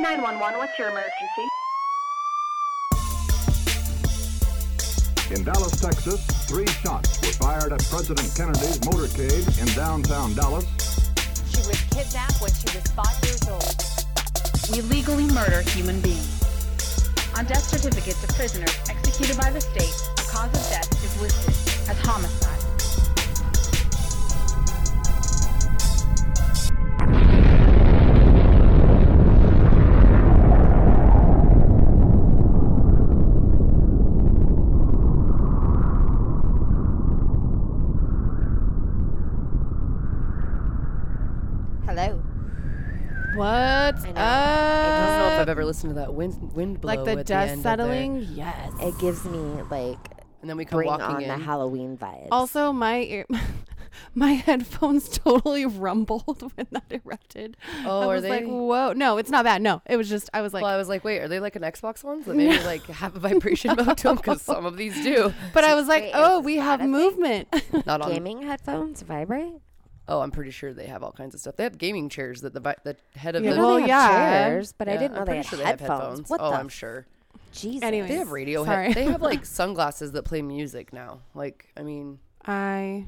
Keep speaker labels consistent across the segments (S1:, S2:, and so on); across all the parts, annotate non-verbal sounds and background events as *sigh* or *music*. S1: 911, what's your emergency?
S2: In Dallas, Texas, three shots were fired at President Kennedy's motorcade in downtown Dallas.
S3: She was kidnapped when she was five years old.
S4: We legally murder human beings. On death certificates of prisoners executed by the state, the cause of death is listed as homicide.
S5: Hello.
S6: What's
S5: I
S6: up?
S5: know. I
S7: I don't know if I've ever listened to that wind wind blow
S6: like the
S7: at
S6: dust
S7: end of there.
S6: settling. Yes.
S5: It gives me like
S7: and then we come
S5: bring
S7: walking
S5: on
S7: in.
S5: the Halloween vibes.
S6: Also, my ear, *laughs* my headphones *laughs* totally rumbled *laughs* when that erupted.
S7: Oh,
S6: I
S7: are
S6: was Like,
S7: they?
S6: Whoa, no, it's not bad. No, it was just I was like,
S7: well, I was like, wait, are they like an Xbox ones
S6: *laughs*
S7: that maybe like have a vibration mode to them? Because some of these do.
S6: but I was like,
S5: Wait,
S6: oh,
S5: is
S6: we
S5: that
S6: have
S5: a thing?
S6: movement. *laughs*
S7: Not on.
S5: gaming headphones vibrate.
S7: Oh, I'm pretty sure they have all kinds of stuff. They have gaming chairs that the vi- the head of
S6: Yeah,
S7: the.
S6: well,
S5: they have
S6: yeah.
S5: chairs, but I
S7: Yeah,
S5: didn't know
S7: I'm
S5: they
S7: pretty
S5: had
S7: sure
S5: headphones. What
S7: oh,
S5: the
S7: I'm sure.
S5: Jesus.
S6: Anyway.
S7: They have radio.
S6: Sorry.
S7: head- They
S6: *laughs*
S7: have like sunglasses that play music now. Like, I mean,
S6: I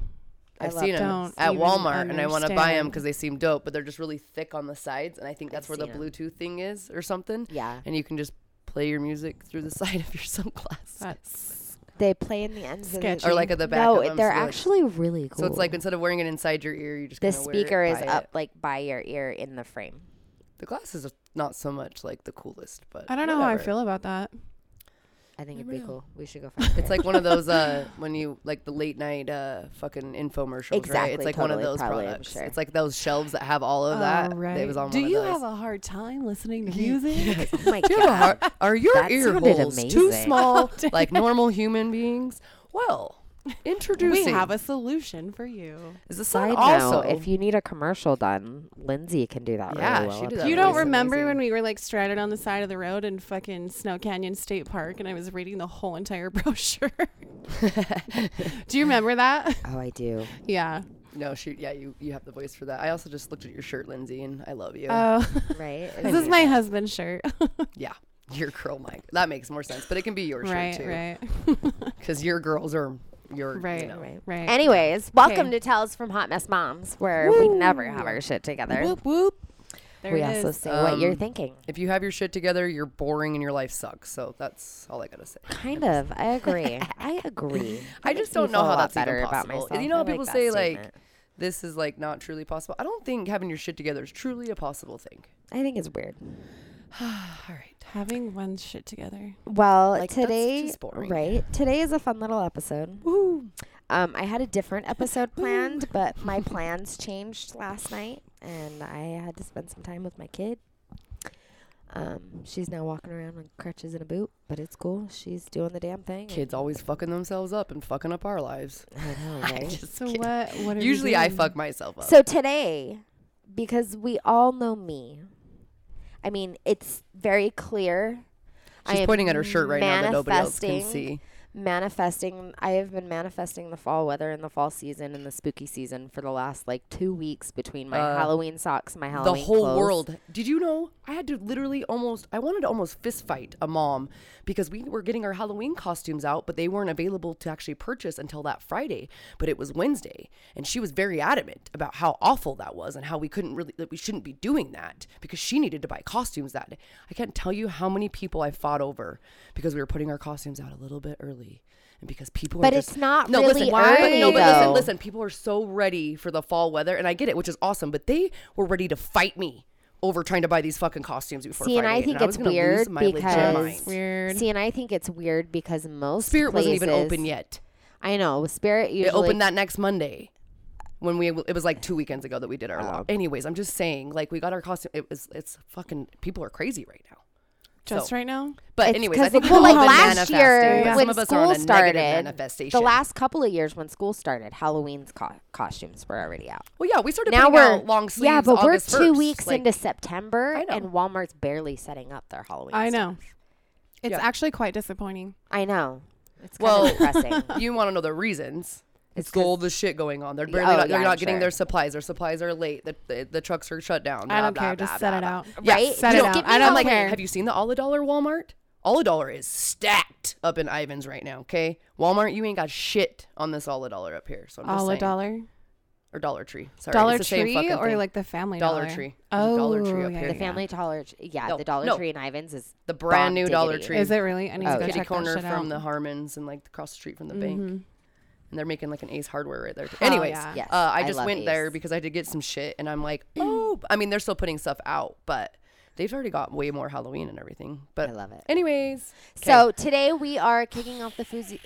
S7: I've
S5: love
S7: seen them
S6: Don't
S7: at
S6: even
S7: Walmart, and I want to buy them
S6: understand.
S7: because they seem dope. But they're just really thick on the sides, and I think that's where the
S5: seen 'em.
S7: Bluetooth thing is, or something.
S5: Yeah.
S7: And you can just play your music through the *laughs* side of your sunglasses,
S6: that's
S5: They play in the ends of the
S6: Sketchy.
S7: or like at the back.
S5: No,
S7: of them,
S5: they're
S7: so like-
S5: actually really cool.
S7: So it's like instead of wearing it inside your ear, you just
S5: the
S7: kinda wear it
S5: speaker is
S7: by
S5: up
S7: it.
S5: like by your ear in the frame.
S7: The glasses are not so much like the coolest, but
S6: I don't know how I
S7: whatever.
S6: feel about that.
S5: I think it'd
S7: Never
S5: be
S7: know.
S5: cool. We should
S7: *laughs*
S5: go find
S7: It's like one of those uh when you like the late night uh fucking infomercials, right? It's
S5: Exactly,
S7: like one
S5: totally,
S7: of those
S5: probably, I'm
S7: products.
S5: sure. Oh,
S7: It's like those shelves that have all of that. It was on
S6: Do
S7: one of
S6: you
S7: those.
S6: have a hard time listening to music?
S5: *laughs* *laughs*
S7: *laughs*
S5: Oh my
S7: Do you have a
S5: god. *laughs*
S7: heart? Are your
S5: That
S7: ear
S5: sounded
S7: holes too
S5: amazing. *laughs*
S7: small like normal human beings? Well,
S6: We
S7: introducing
S6: have a solution for you.
S7: is the
S5: I
S7: sun
S5: know.
S7: also
S5: if you need a commercial done, Lindsay can do that.
S7: Yeah,
S5: really
S7: she
S5: well.
S7: did that
S5: apparently.
S6: You
S7: That
S6: don't
S7: was
S6: remember
S7: amazing.
S6: when we were like stranded on the side of the road in fucking Snow Canyon State Park and I was reading the whole entire *laughs*
S7: *laughs*
S6: brochure? Do you remember that?
S5: Oh, I
S7: *laughs*
S5: do.
S6: Yeah.
S7: no shoot yeah you you have the voice for that. I also just looked at your shirt, Lindsay, and I love you. *laughs*
S6: Oh,
S5: Right?
S6: this is my husband's shirt.
S7: yeah, your girl, Mike. That makes more sense, but it can be
S6: *laughs*
S7: your
S6: right,
S7: shirt too. *laughs*
S6: right,
S7: because your girls are your
S6: right,
S7: You know.
S5: Right.
S6: right.
S5: Anyways, welcome
S6: Okay.
S5: to Tales from Hot Mess Moms, where we never have our shit together.
S6: whoop whoop. There
S5: we
S6: it
S5: also
S6: is.
S5: say what you're
S7: Um,
S5: thinking.
S7: If you have your shit together, you're boring and your life sucks. So that's all I gotta say.
S5: Kind of. I
S7: *laughs*
S5: agree. I agree.
S7: I
S5: That makes
S7: just
S5: me
S7: don't know
S5: feel a
S7: how
S5: lot
S7: that's
S5: better
S7: even
S5: about
S7: possible.
S5: myself.
S7: You know
S5: I
S7: how people
S5: like that
S7: say like
S5: statement.
S7: this is like not truly possible. I don't think having your shit together is truly a possible thing.
S5: I think it's weird.
S7: All right.
S6: having one shit together.
S5: Well,
S7: Like, that's
S5: today,
S7: just boring.
S5: right? Today is a fun little episode. Um, I had a
S7: *laughs*
S5: different episode planned, but my plans changed last night, and I had to spend some time with my kid. Um, she's now walking around on crutches and a boot, but it's cool. She's doing the damn thing. and-
S7: Kids always fucking themselves up and fucking up our lives.
S5: *laughs* I know,
S7: *laughs* I
S5: right?
S7: just
S6: So
S7: can't-
S6: what? What are you
S7: Usually I
S6: doing?
S7: fuck myself up.
S5: So today, because we all know me, I mean, it's very clear. I
S7: She's
S5: am
S7: pointing at her shirt right now that nobody else can
S5: manifesting-
S7: see.
S5: Manifesting, I have been manifesting the fall weather and the fall season and the spooky season for the last like two weeks between my
S7: Uh,
S5: Halloween socks, my
S7: the
S5: Halloween
S7: whole
S5: clothes.
S7: world. Did you know I had to literally almost I wanted to almost fist fight a mom because we were getting our Halloween costumes out, but they weren't available to actually purchase until that Friday, but it was Wednesday, and she was very adamant about how awful that was and how we couldn't really that we shouldn't be doing that because she needed to buy costumes that day. I can't tell you how many people I fought over because we were putting our costumes out a little bit early. And because people
S5: But
S7: are just,
S5: it's not
S7: no,
S5: really
S7: listen, but
S5: early,
S7: no, but listen,
S5: though.
S7: listen listen, people are so ready for the fall weather, and I get it, which is awesome. But they were ready to fight me over trying to buy these fucking costumes before.
S5: See, and
S7: Friday,
S5: I think
S7: was
S5: it's
S7: gonna lose
S5: weird
S7: my legit
S5: because
S7: mind.
S6: Weird.
S5: see, and I think it's weird because most
S7: Spirit wasn't even
S5: places-
S7: open yet.
S5: I know Spirit usually
S7: It opened that next Monday. When we it was like two weekends ago that we
S5: Oh.
S7: did our law. Anyways, I'm just saying, like we got our costume. It was it's fucking people are crazy right now.
S6: Just right now.
S7: But
S5: It's
S7: anyways,
S5: 'cause
S7: I think
S5: of-
S7: we've
S5: well,
S7: all
S5: like
S7: been
S5: last
S7: manifesting.
S5: year
S7: Some
S5: when
S7: of us are on
S5: school
S7: a
S5: started,
S7: negative manifestation.
S5: the last couple of years when school started, Halloween's co- costumes were already out.
S7: well, yeah, we started
S5: now
S7: putting
S5: we're
S7: out long sleeves.
S5: yeah, but
S7: August
S5: we're two
S7: 1st.
S5: weeks
S7: Like,
S5: into September,
S7: I know.
S5: and Walmart's barely setting up their Halloween.
S6: I
S5: stuff.
S6: know. It's
S7: Yeah.
S6: actually quite disappointing.
S5: I know. It's kind
S7: Well- *laughs*
S5: of depressing.
S7: you want to know the reasons.
S5: It's 'cause-
S7: still all the shit going on. They're barely
S5: Oh,
S7: not, they're
S5: yeah,
S7: not
S5: I'm
S7: getting
S5: sure.
S7: their supplies. Their supplies are late. The, the, the trucks are shut
S6: I
S7: down. blah,
S6: don't
S7: blah,
S6: care.
S7: blah,
S6: Just
S7: blah,
S6: set it
S7: blah.
S6: out.
S5: Yeah, Right?
S6: Set it
S5: Just
S6: out.
S5: give me
S6: I
S5: the
S6: don't
S5: whole-
S6: care.
S7: Have you seen the All Dollar Walmart? All Dollar is stacked up in Ivan's right now. Okay, Walmart, you ain't got shit on this All Dollar up here. So I'm just
S6: All a
S7: saying.
S6: dollar?
S7: or Dollar Tree. Sorry,
S6: Dollar
S7: it's the same
S6: Tree
S7: fucking
S6: or
S7: thing.
S6: like the family
S7: Dollar
S6: dollar?
S7: Tree. There's a
S6: Oh,
S7: Dollar Tree up
S6: yeah,
S7: here.
S5: The
S6: yeah.
S5: family Dollar, Tr- yeah,
S7: No,
S5: the Dollar
S7: no.
S5: Tree in Ivans is
S7: the
S5: bomb
S7: brand new Dollar
S5: diggity.
S7: Tree?
S6: Is it really? I need
S5: Oh,
S6: to go
S7: kitty
S6: check that
S7: corner
S6: shit out.
S7: from the Harmons and like across the street from the bank. And they're making like an Ace Hardware right there. too.
S6: Oh,
S7: Anyways,
S6: yeah.
S5: Yes,
S7: uh, I
S5: I
S7: just
S5: love
S7: went there
S5: Ace.
S7: because I did get some shit, and I'm like, oh, I mean, they're still putting stuff out, but they've already got way more Halloween and everything. But
S5: I love it.
S7: Anyways, 'kay.
S5: So today we are kicking off the foozy,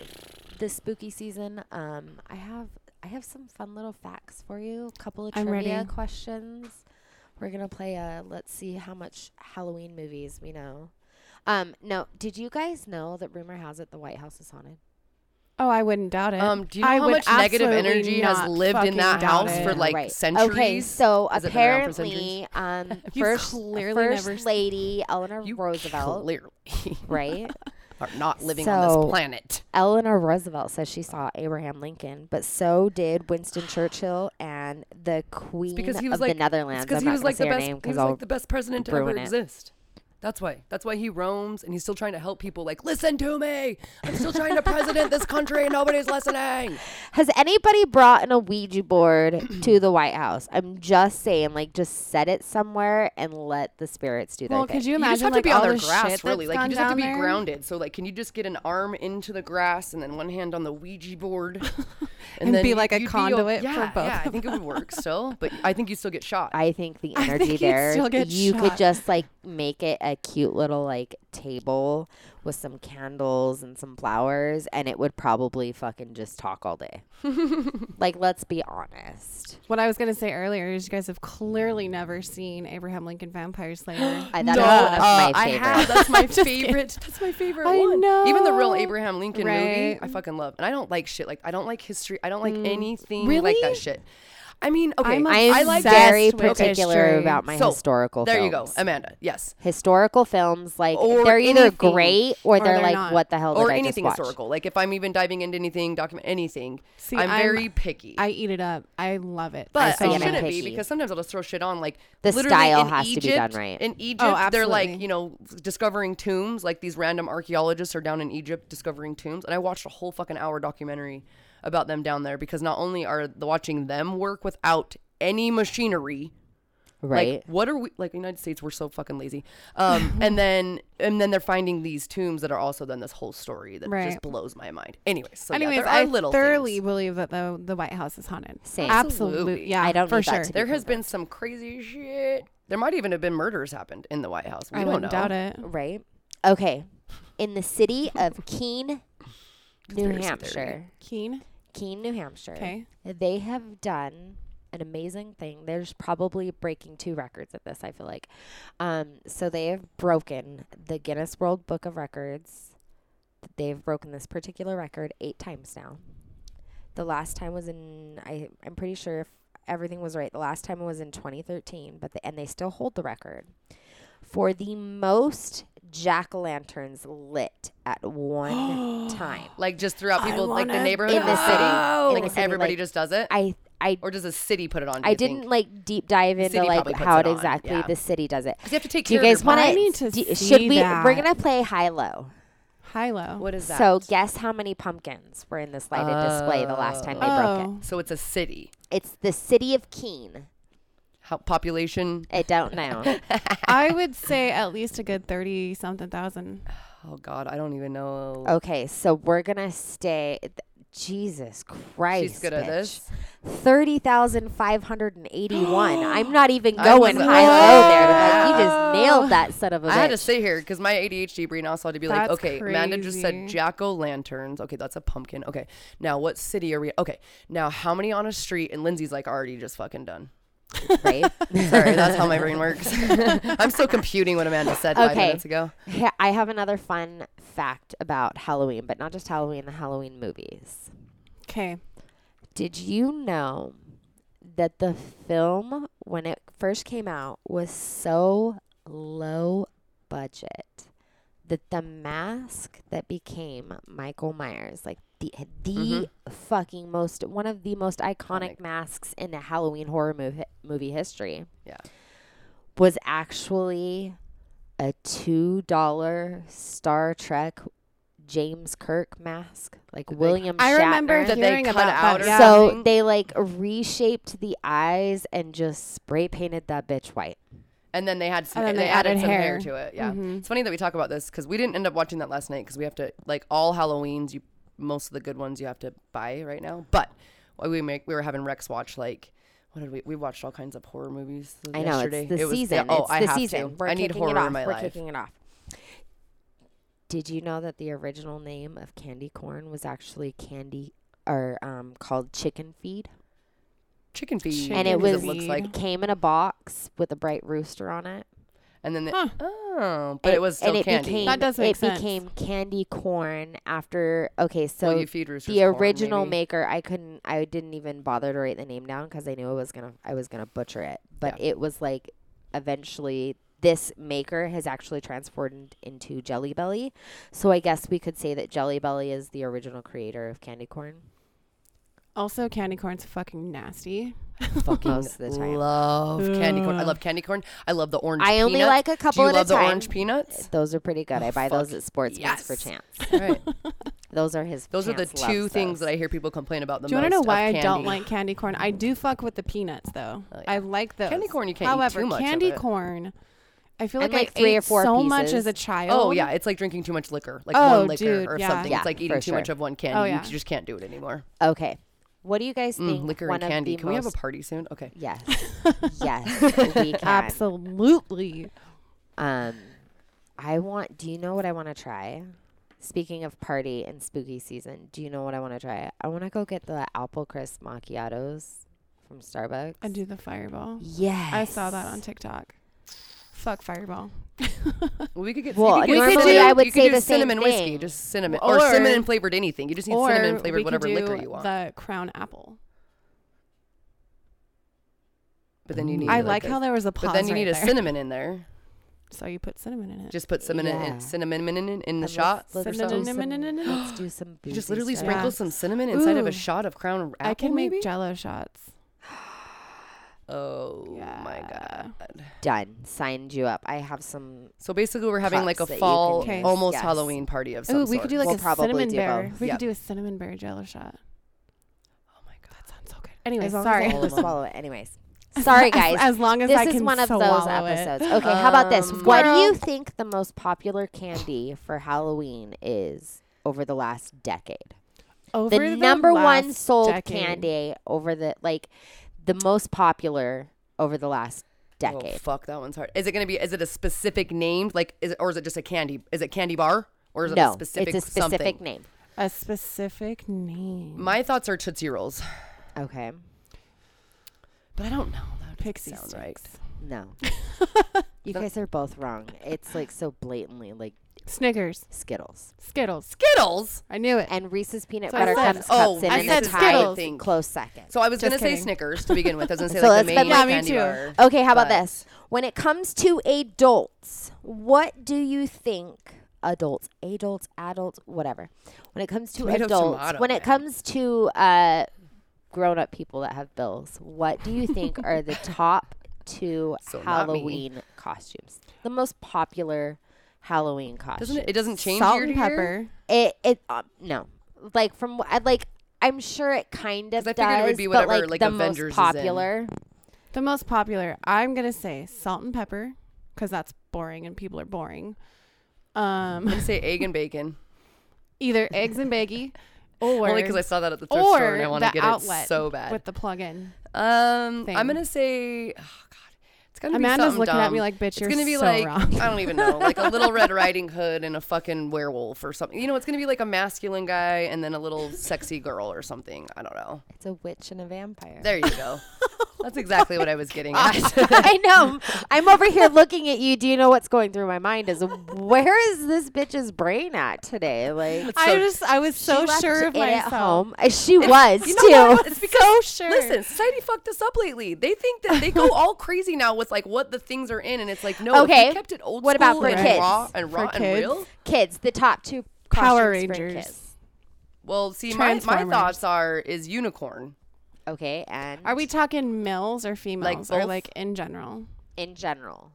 S5: the spooky season. Um, I have I have some fun little facts for you. A couple of
S6: I'm
S5: trivia
S6: ready.
S5: questions. We're gonna play a let's see how much Halloween movies we know. Um, no, did you guys know that rumor has it the White House is haunted?
S6: Oh, I wouldn't doubt it.
S7: Um, do you know
S6: I
S7: how
S6: would
S7: much negative
S6: absolutely
S7: energy has
S6: not
S7: lived in
S6: fucking
S7: that
S6: doubt
S7: house
S6: it.
S7: for, like,
S5: Okay,
S7: centuries?
S5: so
S7: Has it been around for centuries?
S5: apparently,
S6: *laughs*
S5: um,
S6: You've
S5: first
S6: clearly
S5: first
S6: never s-
S5: lady Eleanor
S7: you
S5: Roosevelt,
S7: clearly *laughs*
S5: right?
S7: are not living on
S5: So-
S7: this planet.
S5: Eleanor Roosevelt says she saw Abraham Lincoln, but so did Winston Churchill and the Queen
S7: because he was
S5: of
S7: like
S5: the Netherlands. I'm
S7: Because he
S5: not
S7: was
S5: gonna
S7: like
S5: say
S7: the
S5: her
S7: best.
S5: name
S7: He
S5: 'cause
S7: was
S5: I'll
S7: like the best president to ever
S5: ruin it.
S7: exist. That's why. That's why he roams and he's still trying to help people. Like, listen to me. I'm still trying to president this country. and Nobody's listening.
S5: Has anybody brought an Ouija board
S7: *clears throat*
S5: to the White House? I'm just saying, like, just set it somewhere and let the spirits do their
S6: *laughs* well,
S5: thing.
S6: could you
S7: you
S6: imagine
S7: just have
S6: like
S7: to be on
S6: all
S7: their
S6: the
S7: grass,
S6: shit
S7: really.
S6: that's
S7: Like, you
S6: gone
S7: just have to be
S6: down there?
S7: grounded. So, like, can you just get an arm into the grass and then one hand on the
S6: *laughs*
S7: Ouija board, and,
S6: And be like a
S7: you'd o-
S6: conduit for
S7: yeah,
S6: both
S7: Yeah, I
S6: of
S7: think it would work still, but I think you still get shot.
S5: I think
S7: *laughs*
S5: the
S6: I think
S5: energy
S6: you'd
S5: there.
S6: still get
S5: you
S6: shot.
S5: could just like make it a cute little like table with some candles and some flowers, and it would probably fucking just talk all
S7: *laughs*
S5: day. like, let's be honest.
S6: What I was gonna say earlier is you guys have clearly never seen Abraham Lincoln Vampire
S7: *gasps*
S6: Slayer.
S5: I, that is
S7: No,
S5: one of
S7: uh,
S5: my
S7: I
S5: favorites.
S6: *laughs*
S7: have. That's my
S6: Just kidding.
S7: favorite. That's my favorite
S6: I
S7: one. Even the real
S6: know.
S7: Abraham Lincoln
S6: Right. Mm.
S7: movie, I fucking love. And I don't like shit. Like I don't like history. I don't like anything like
S6: Really?
S7: that shit. I mean, okay,
S6: I'm
S5: I'm
S7: I like
S5: very
S6: obsessed with
S5: particular
S6: history.
S5: about my
S7: So,
S5: historical.
S7: There
S5: films.
S7: you go, Amanda. Yes.
S5: Historical films, like
S7: Or
S5: they're either
S7: anything.
S5: great or, they're,
S6: they're
S5: like,
S6: not.
S5: what the hell did
S7: Or
S5: I
S7: anything
S5: just watch?
S7: historical. Like if I'm even diving into anything, document anything.
S6: See,
S7: I'm,
S6: I'm-
S7: very picky.
S6: I eat it up. I love it.
S7: but
S5: see
S7: I
S5: it, I'm
S7: shouldn't be
S5: picky.
S7: because sometimes I'll just throw shit on like
S5: The
S7: literally
S5: style
S7: in
S5: has to be
S7: Egypt,
S5: done right.
S7: In Egypt,
S6: Oh,
S7: they're like
S6: absolutely.
S7: you know discovering tombs. Like these random archaeologists are down in Egypt discovering tombs, and I watched a whole fucking hour documentary about them down there because not only are the, watching them work without any machinery,
S5: right?
S7: like what are we like the United States? We're so fucking lazy. Um, and then and then they're finding these tombs that are also then this whole story that just
S6: Right.
S7: blows my mind. Anyways, so
S6: Anyways,
S7: yeah, there are
S6: I
S7: little
S6: thoroughly
S7: things.
S6: believe that the the White House is haunted.
S5: Same.
S6: Absolutely.
S7: Absolutely.
S6: Yeah.
S5: I don't
S6: for
S5: need that
S6: sure.
S5: to be
S7: There has been some crazy shit. There might even have been murders happened in the White House. We
S6: I
S7: don't
S6: wouldn't
S7: know.
S6: doubt it.
S5: Right? Okay. In the city of Keene, New
S7: Conspiracy
S5: Hampshire.
S6: Keen.
S5: Keene, New Hampshire.
S6: Okay.
S5: They have done an amazing thing. There's probably breaking two records at this, I feel like. Um, so they have broken the Guinness World Book of Records. They've broken this particular record eight times now. The last time was in I I'm pretty sure if everything was right, the last time was in 2013, but the, and they still hold the record for the most jack-o'-lanterns lit at one time.
S7: Like just throughout people, like the neighborhood,
S5: In
S7: of
S5: the
S7: the
S5: city.
S7: city,
S5: In
S7: like
S5: the city,
S7: everybody
S5: like,
S7: just does it,
S5: I I
S7: or does the city put it on? do
S5: I
S7: you
S5: didn't
S7: think?
S5: like deep dive into
S7: city
S5: like
S7: probably puts
S5: how
S7: it
S5: it
S7: on,
S5: exactly
S7: yeah.
S5: the city does it.
S7: 'Cause you have to take
S5: Do you
S7: care of
S5: guys
S7: your
S5: want
S7: body. I
S6: need to
S5: do,
S6: see
S5: Should we? We're
S6: that.
S5: gonna play high low.
S6: High low.
S7: What is that?
S5: So guess how many pumpkins were in this lighted display the last time they broke
S6: oh.
S5: it.
S7: so it's a city.
S5: It's the city of Keene.
S7: How, population?
S5: I don't
S7: *laughs*
S5: know.
S6: I would say at least a good thirty something thousand.
S7: Oh God, I don't even know.
S5: okay, so we're gonna stay. th- Jesus Christ!
S7: She's good at this.
S5: Thirty thousand five hundred and
S7: *gasps*
S5: eighty-one. I'm not even
S7: I was
S5: going
S7: like,
S5: high low there. Like, you just nailed that son of a
S7: I had to
S5: bitch.
S7: sit here because my ADHD brain also had to be like,
S6: That's
S7: okay, Amanda just said
S6: crazy.
S7: jack o' lanterns. Okay, that's a pumpkin. Okay, now what city are we? Okay, now how many on a street? And Lindsay's like already just fucking done.
S5: Right?
S7: *laughs* Sorry, that's how my brain works. *laughs* I'm still computing what Amanda said five
S5: Okay.
S7: minutes ago.
S5: Yeah, I have another fun fact about Halloween, but not just Halloween, the Halloween movies.
S6: Okay.
S5: Did you know that the film, when it first came out, was so low budget that the mask that became Michael Myers, like the the fucking most one of the most iconic masks in the Halloween horror movie movie history
S7: Yeah.
S5: was actually a two dollar Star Trek James Kirk mask, like William.
S6: I
S5: Shatner.
S6: remember
S7: That they
S6: hearing
S7: cut
S6: about
S7: out
S6: that.
S7: or
S6: yeah.
S7: something.
S5: So
S7: Thing.
S5: they like reshaped the eyes and just spray painted that bitch white.
S7: And then they had some,
S6: And then
S7: and
S6: they
S7: they, added,
S6: added
S7: some hair.
S6: hair.
S7: to it. Yeah.
S5: Mm-hmm.
S7: It's funny that we talk about this because we didn't end up watching that last night because we have to like all Halloweens. You most of the good ones you have to buy right now. But what we make we were having Rex watch like what did we we watched all kinds of horror movies.
S5: I know
S7: yesterday.
S5: it's the
S7: It was-
S5: season.
S7: oh,
S5: it's
S7: I
S5: the
S7: have
S5: season.
S7: To.
S5: We're
S7: I need
S5: kicking
S7: horror
S5: it off.
S7: in my
S5: We're
S7: life.
S5: kicking it off. Did you know that the original name of candy corn was actually candy or um, called chicken feed?
S7: Chicken feed.
S5: and it
S6: Chicken
S5: was
S7: looks
S6: feed.
S7: like.
S5: it came in a box with a bright rooster on it.
S7: And then the,
S6: Huh.
S7: oh, but it, was still
S5: and it
S7: candy.
S5: became
S6: That does make
S5: it
S6: sense.
S5: became candy corn after okay, so
S7: well, you feed roosters
S5: the
S7: corn,
S5: original
S7: maybe.
S5: maker i couldn't i didn't even bother to write the name down because i knew i was gonna i was gonna butcher it but it was like eventually this maker has actually transformed into jelly belly so i guess we could say that jelly belly is the original creator of candy corn
S6: Also, candy corn's fucking nasty.
S7: *laughs* fucking
S5: most of the time.
S7: love candy corn. I love candy corn. I love the orange.
S5: I only
S7: peanuts.
S5: like a couple
S7: Do you
S5: at a
S7: love the
S5: time.
S7: orange peanuts?
S5: those are pretty good i buy those
S7: fuck
S5: at sportsman's for
S7: yes.
S5: chance
S7: All right.
S5: those are his
S7: Those are the
S5: Chance
S7: two
S5: loves
S7: things
S5: those.
S7: that I hear people complain about the
S6: Do you want
S7: most.
S6: to know
S7: of
S6: why I don't
S7: candy.
S6: like candy corn? I do fuck with the peanuts though. I like those.
S7: Candy corn, you can't eat
S6: However,
S7: too much of
S6: candy
S7: it.
S6: corn. I feel
S5: And,
S6: like,
S5: like,
S6: I
S5: three or
S6: ate
S5: four
S6: so much
S5: pieces.
S6: as a child.
S7: Oh yeah, it's like drinking too much liquor, like
S6: Oh,
S7: one liquor
S6: dude,
S7: or
S6: yeah.
S7: something.
S5: Yeah,
S7: it's like
S5: for
S7: eating too
S5: sure.
S7: much of one candy.
S6: Oh,
S7: You
S6: yeah.
S7: just can't do it anymore.
S5: okay what do you guys think
S7: Mm, liquor
S5: one
S7: and
S5: of the
S7: candy. Can we have a
S5: most-
S7: party soon? Okay. *laughs*
S5: yes yes we can
S6: Absolutely.
S5: Um, I want. Do you know what I want to try? Speaking of party and spooky season, do you know what I want to try? I want to go get the apple crisp macchiatos from Starbucks.
S6: I do the fireball.
S5: Yes,
S6: I saw that on TikTok. Fuck fireball.
S7: Well, we could get.
S5: Well,
S7: you could get
S5: normally
S7: cinnamon-
S5: I would
S7: you could
S5: say
S7: do
S5: the same
S7: cinnamon whiskey,
S5: thing.
S7: just cinnamon
S6: Or-
S7: or, cinnamon flavored anything. You just need cinnamon flavored
S6: we could
S7: whatever
S6: do
S7: liquor you want.
S6: The crown apple.
S7: But then you need.
S6: I like
S7: a-
S6: how there was a pause.
S7: But then you
S6: right
S7: need a
S6: there.
S7: cinnamon in there.
S6: So you put cinnamon in it.
S7: Just put cinnamon
S5: Yeah.
S7: in, cinnamon in, in, in the
S5: And
S7: shot.
S5: Let's, let's, do some,
S6: Cinnamon.
S5: *gasps* let's do some.
S7: You just
S5: boozy
S7: literally
S5: stuff.
S7: sprinkle
S6: Yeah.
S7: some cinnamon inside of
S6: Ooh.
S7: a shot of Crown Apple.
S6: I can make
S7: maybe?
S6: Jello shots.
S7: Oh my god.
S5: Done. Signed you up. I have some.
S7: So basically, we're having like a
S5: Cups that you
S7: fall,
S6: can use.
S7: almost
S5: Yes.
S7: Halloween party of some
S6: Oh, we could do like
S5: We'll
S6: a
S5: probably
S6: cinnamon
S5: do
S6: bear.
S5: both.
S6: We
S7: Yep.
S6: could do a cinnamon bear jello shot.
S7: Oh my god.
S6: That sounds so good.
S5: As
S6: Anyway,
S5: long
S6: sorry. *laughs*
S5: As I can swallow it. Anyways, sorry guys.
S6: As, as long as
S5: this
S6: I
S5: is
S6: can
S5: one of those
S6: swallow it. Um,
S5: episodes. Okay, how about this? What do you
S6: Squirrel.
S5: think the most popular candy for Halloween is over the last decade?
S6: Over
S5: the, number one
S6: last
S5: sold
S6: decade.
S5: candy over the like the most popular over the last
S7: Oh
S5: decade.
S7: fuck, that one's hard. Is it gonna be? Is it a specific name? Like, is it, or is it just a candy? Is it candy bar? Or is it
S5: no,
S7: a specific
S5: it's a specific
S7: something?
S5: name.
S6: A specific name.
S7: My thoughts are Tootsie Rolls,
S5: Okay,
S7: but I don't know. That
S6: Pixie
S7: sound
S6: sticks.
S7: right.
S6: *laughs*
S5: no, you guys are both wrong. It's like so blatantly like
S6: Snickers.
S5: Skittles
S6: Skittles.
S7: Skittles.
S6: I knew it.
S5: and Reese's peanut
S6: So I
S5: butter
S6: said-
S5: cups,
S7: oh,
S5: cups in
S7: I
S5: and
S6: said
S5: a tie
S6: Skittles.
S7: Think.
S5: close second.
S7: So I was
S6: Just
S7: gonna say
S6: kidding.
S7: Snickers to begin with. I
S6: *laughs*
S7: was gonna say
S5: So
S7: like
S5: let's
S7: the
S5: spend
S7: main
S5: like- Yeah,
S6: me
S7: candy
S6: too.
S7: bar.
S5: Okay, how about
S7: but-
S5: this? When it comes to adults, what do you think adults, adults, adults, whatever. When it comes to
S7: Tomato,
S5: adults,
S7: tomato,
S5: when
S7: man.
S5: it comes to uh, grown-up people that have bills, what do you think are
S7: *laughs*
S5: the top two
S7: So not me.
S5: Halloween costumes? The most popular Halloween costume.
S7: Doesn't it? It doesn't change
S6: Salt
S7: year
S6: and
S7: to year?
S6: pepper.
S5: It it uh, no. Like from wh- I like I'm sure it kind of
S7: 'Cause I
S5: does,
S7: figured it would be
S5: but
S7: whatever,
S5: like,
S7: like,
S5: the
S7: Avengers
S5: most
S7: is in.
S5: popular.
S6: The most popular, I'm gonna say salt and pepper, because that's boring and people are boring. Um, *laughs*
S7: Say egg and bacon.
S6: either eggs and baggy, *laughs* or
S7: *laughs* Only because I saw that at the thrift
S6: or
S7: store and I want to
S6: the
S7: get
S6: outlet
S7: it so bad.
S6: with the plug-in.
S7: um,
S6: thing.
S7: I'm gonna say, oh god, it's gonna
S6: Amanda's
S7: be something
S6: looking
S7: dumb.
S6: at me like, "Bitch,
S7: it's
S6: you're
S7: gonna be
S6: so
S7: like
S6: wrong."
S7: I don't even know, like a little
S6: *laughs*
S7: Red Riding Hood and a fucking werewolf or something. You know, it's gonna be like a masculine guy and then a little sexy girl or something. I don't know.
S5: It's a witch and a vampire.
S7: There you go. That's exactly what I was
S6: *laughs*
S7: getting
S5: *laughs*
S7: at. *laughs*
S5: I know. I'm over here looking at you. Do you know what's going through my mind? Is where is this bitch's brain at today? Like
S6: I just, I was so
S5: she left
S6: sure of
S5: it
S6: myself.
S5: At home. Uh, She was
S7: You know
S5: too. *laughs*
S7: what? It's because
S6: sure.
S7: listen, society fucked us up lately. They think that
S6: *laughs*
S7: they go all crazy now with like what the things are in, and it's like no. if
S5: Okay.
S7: you kept it old
S5: What about
S7: school
S5: for
S7: and
S5: kids?
S7: raw and
S6: For
S7: raw and
S6: kids?
S7: real.
S5: Kids, the top two
S6: Power
S5: costumes for
S6: Rangers.
S5: kids.
S7: Well, see, my, my
S6: Transformers.
S7: thoughts are is unicorn.
S5: Okay, and
S6: Are we talking males or females or
S7: both?
S6: like in general?
S5: in general?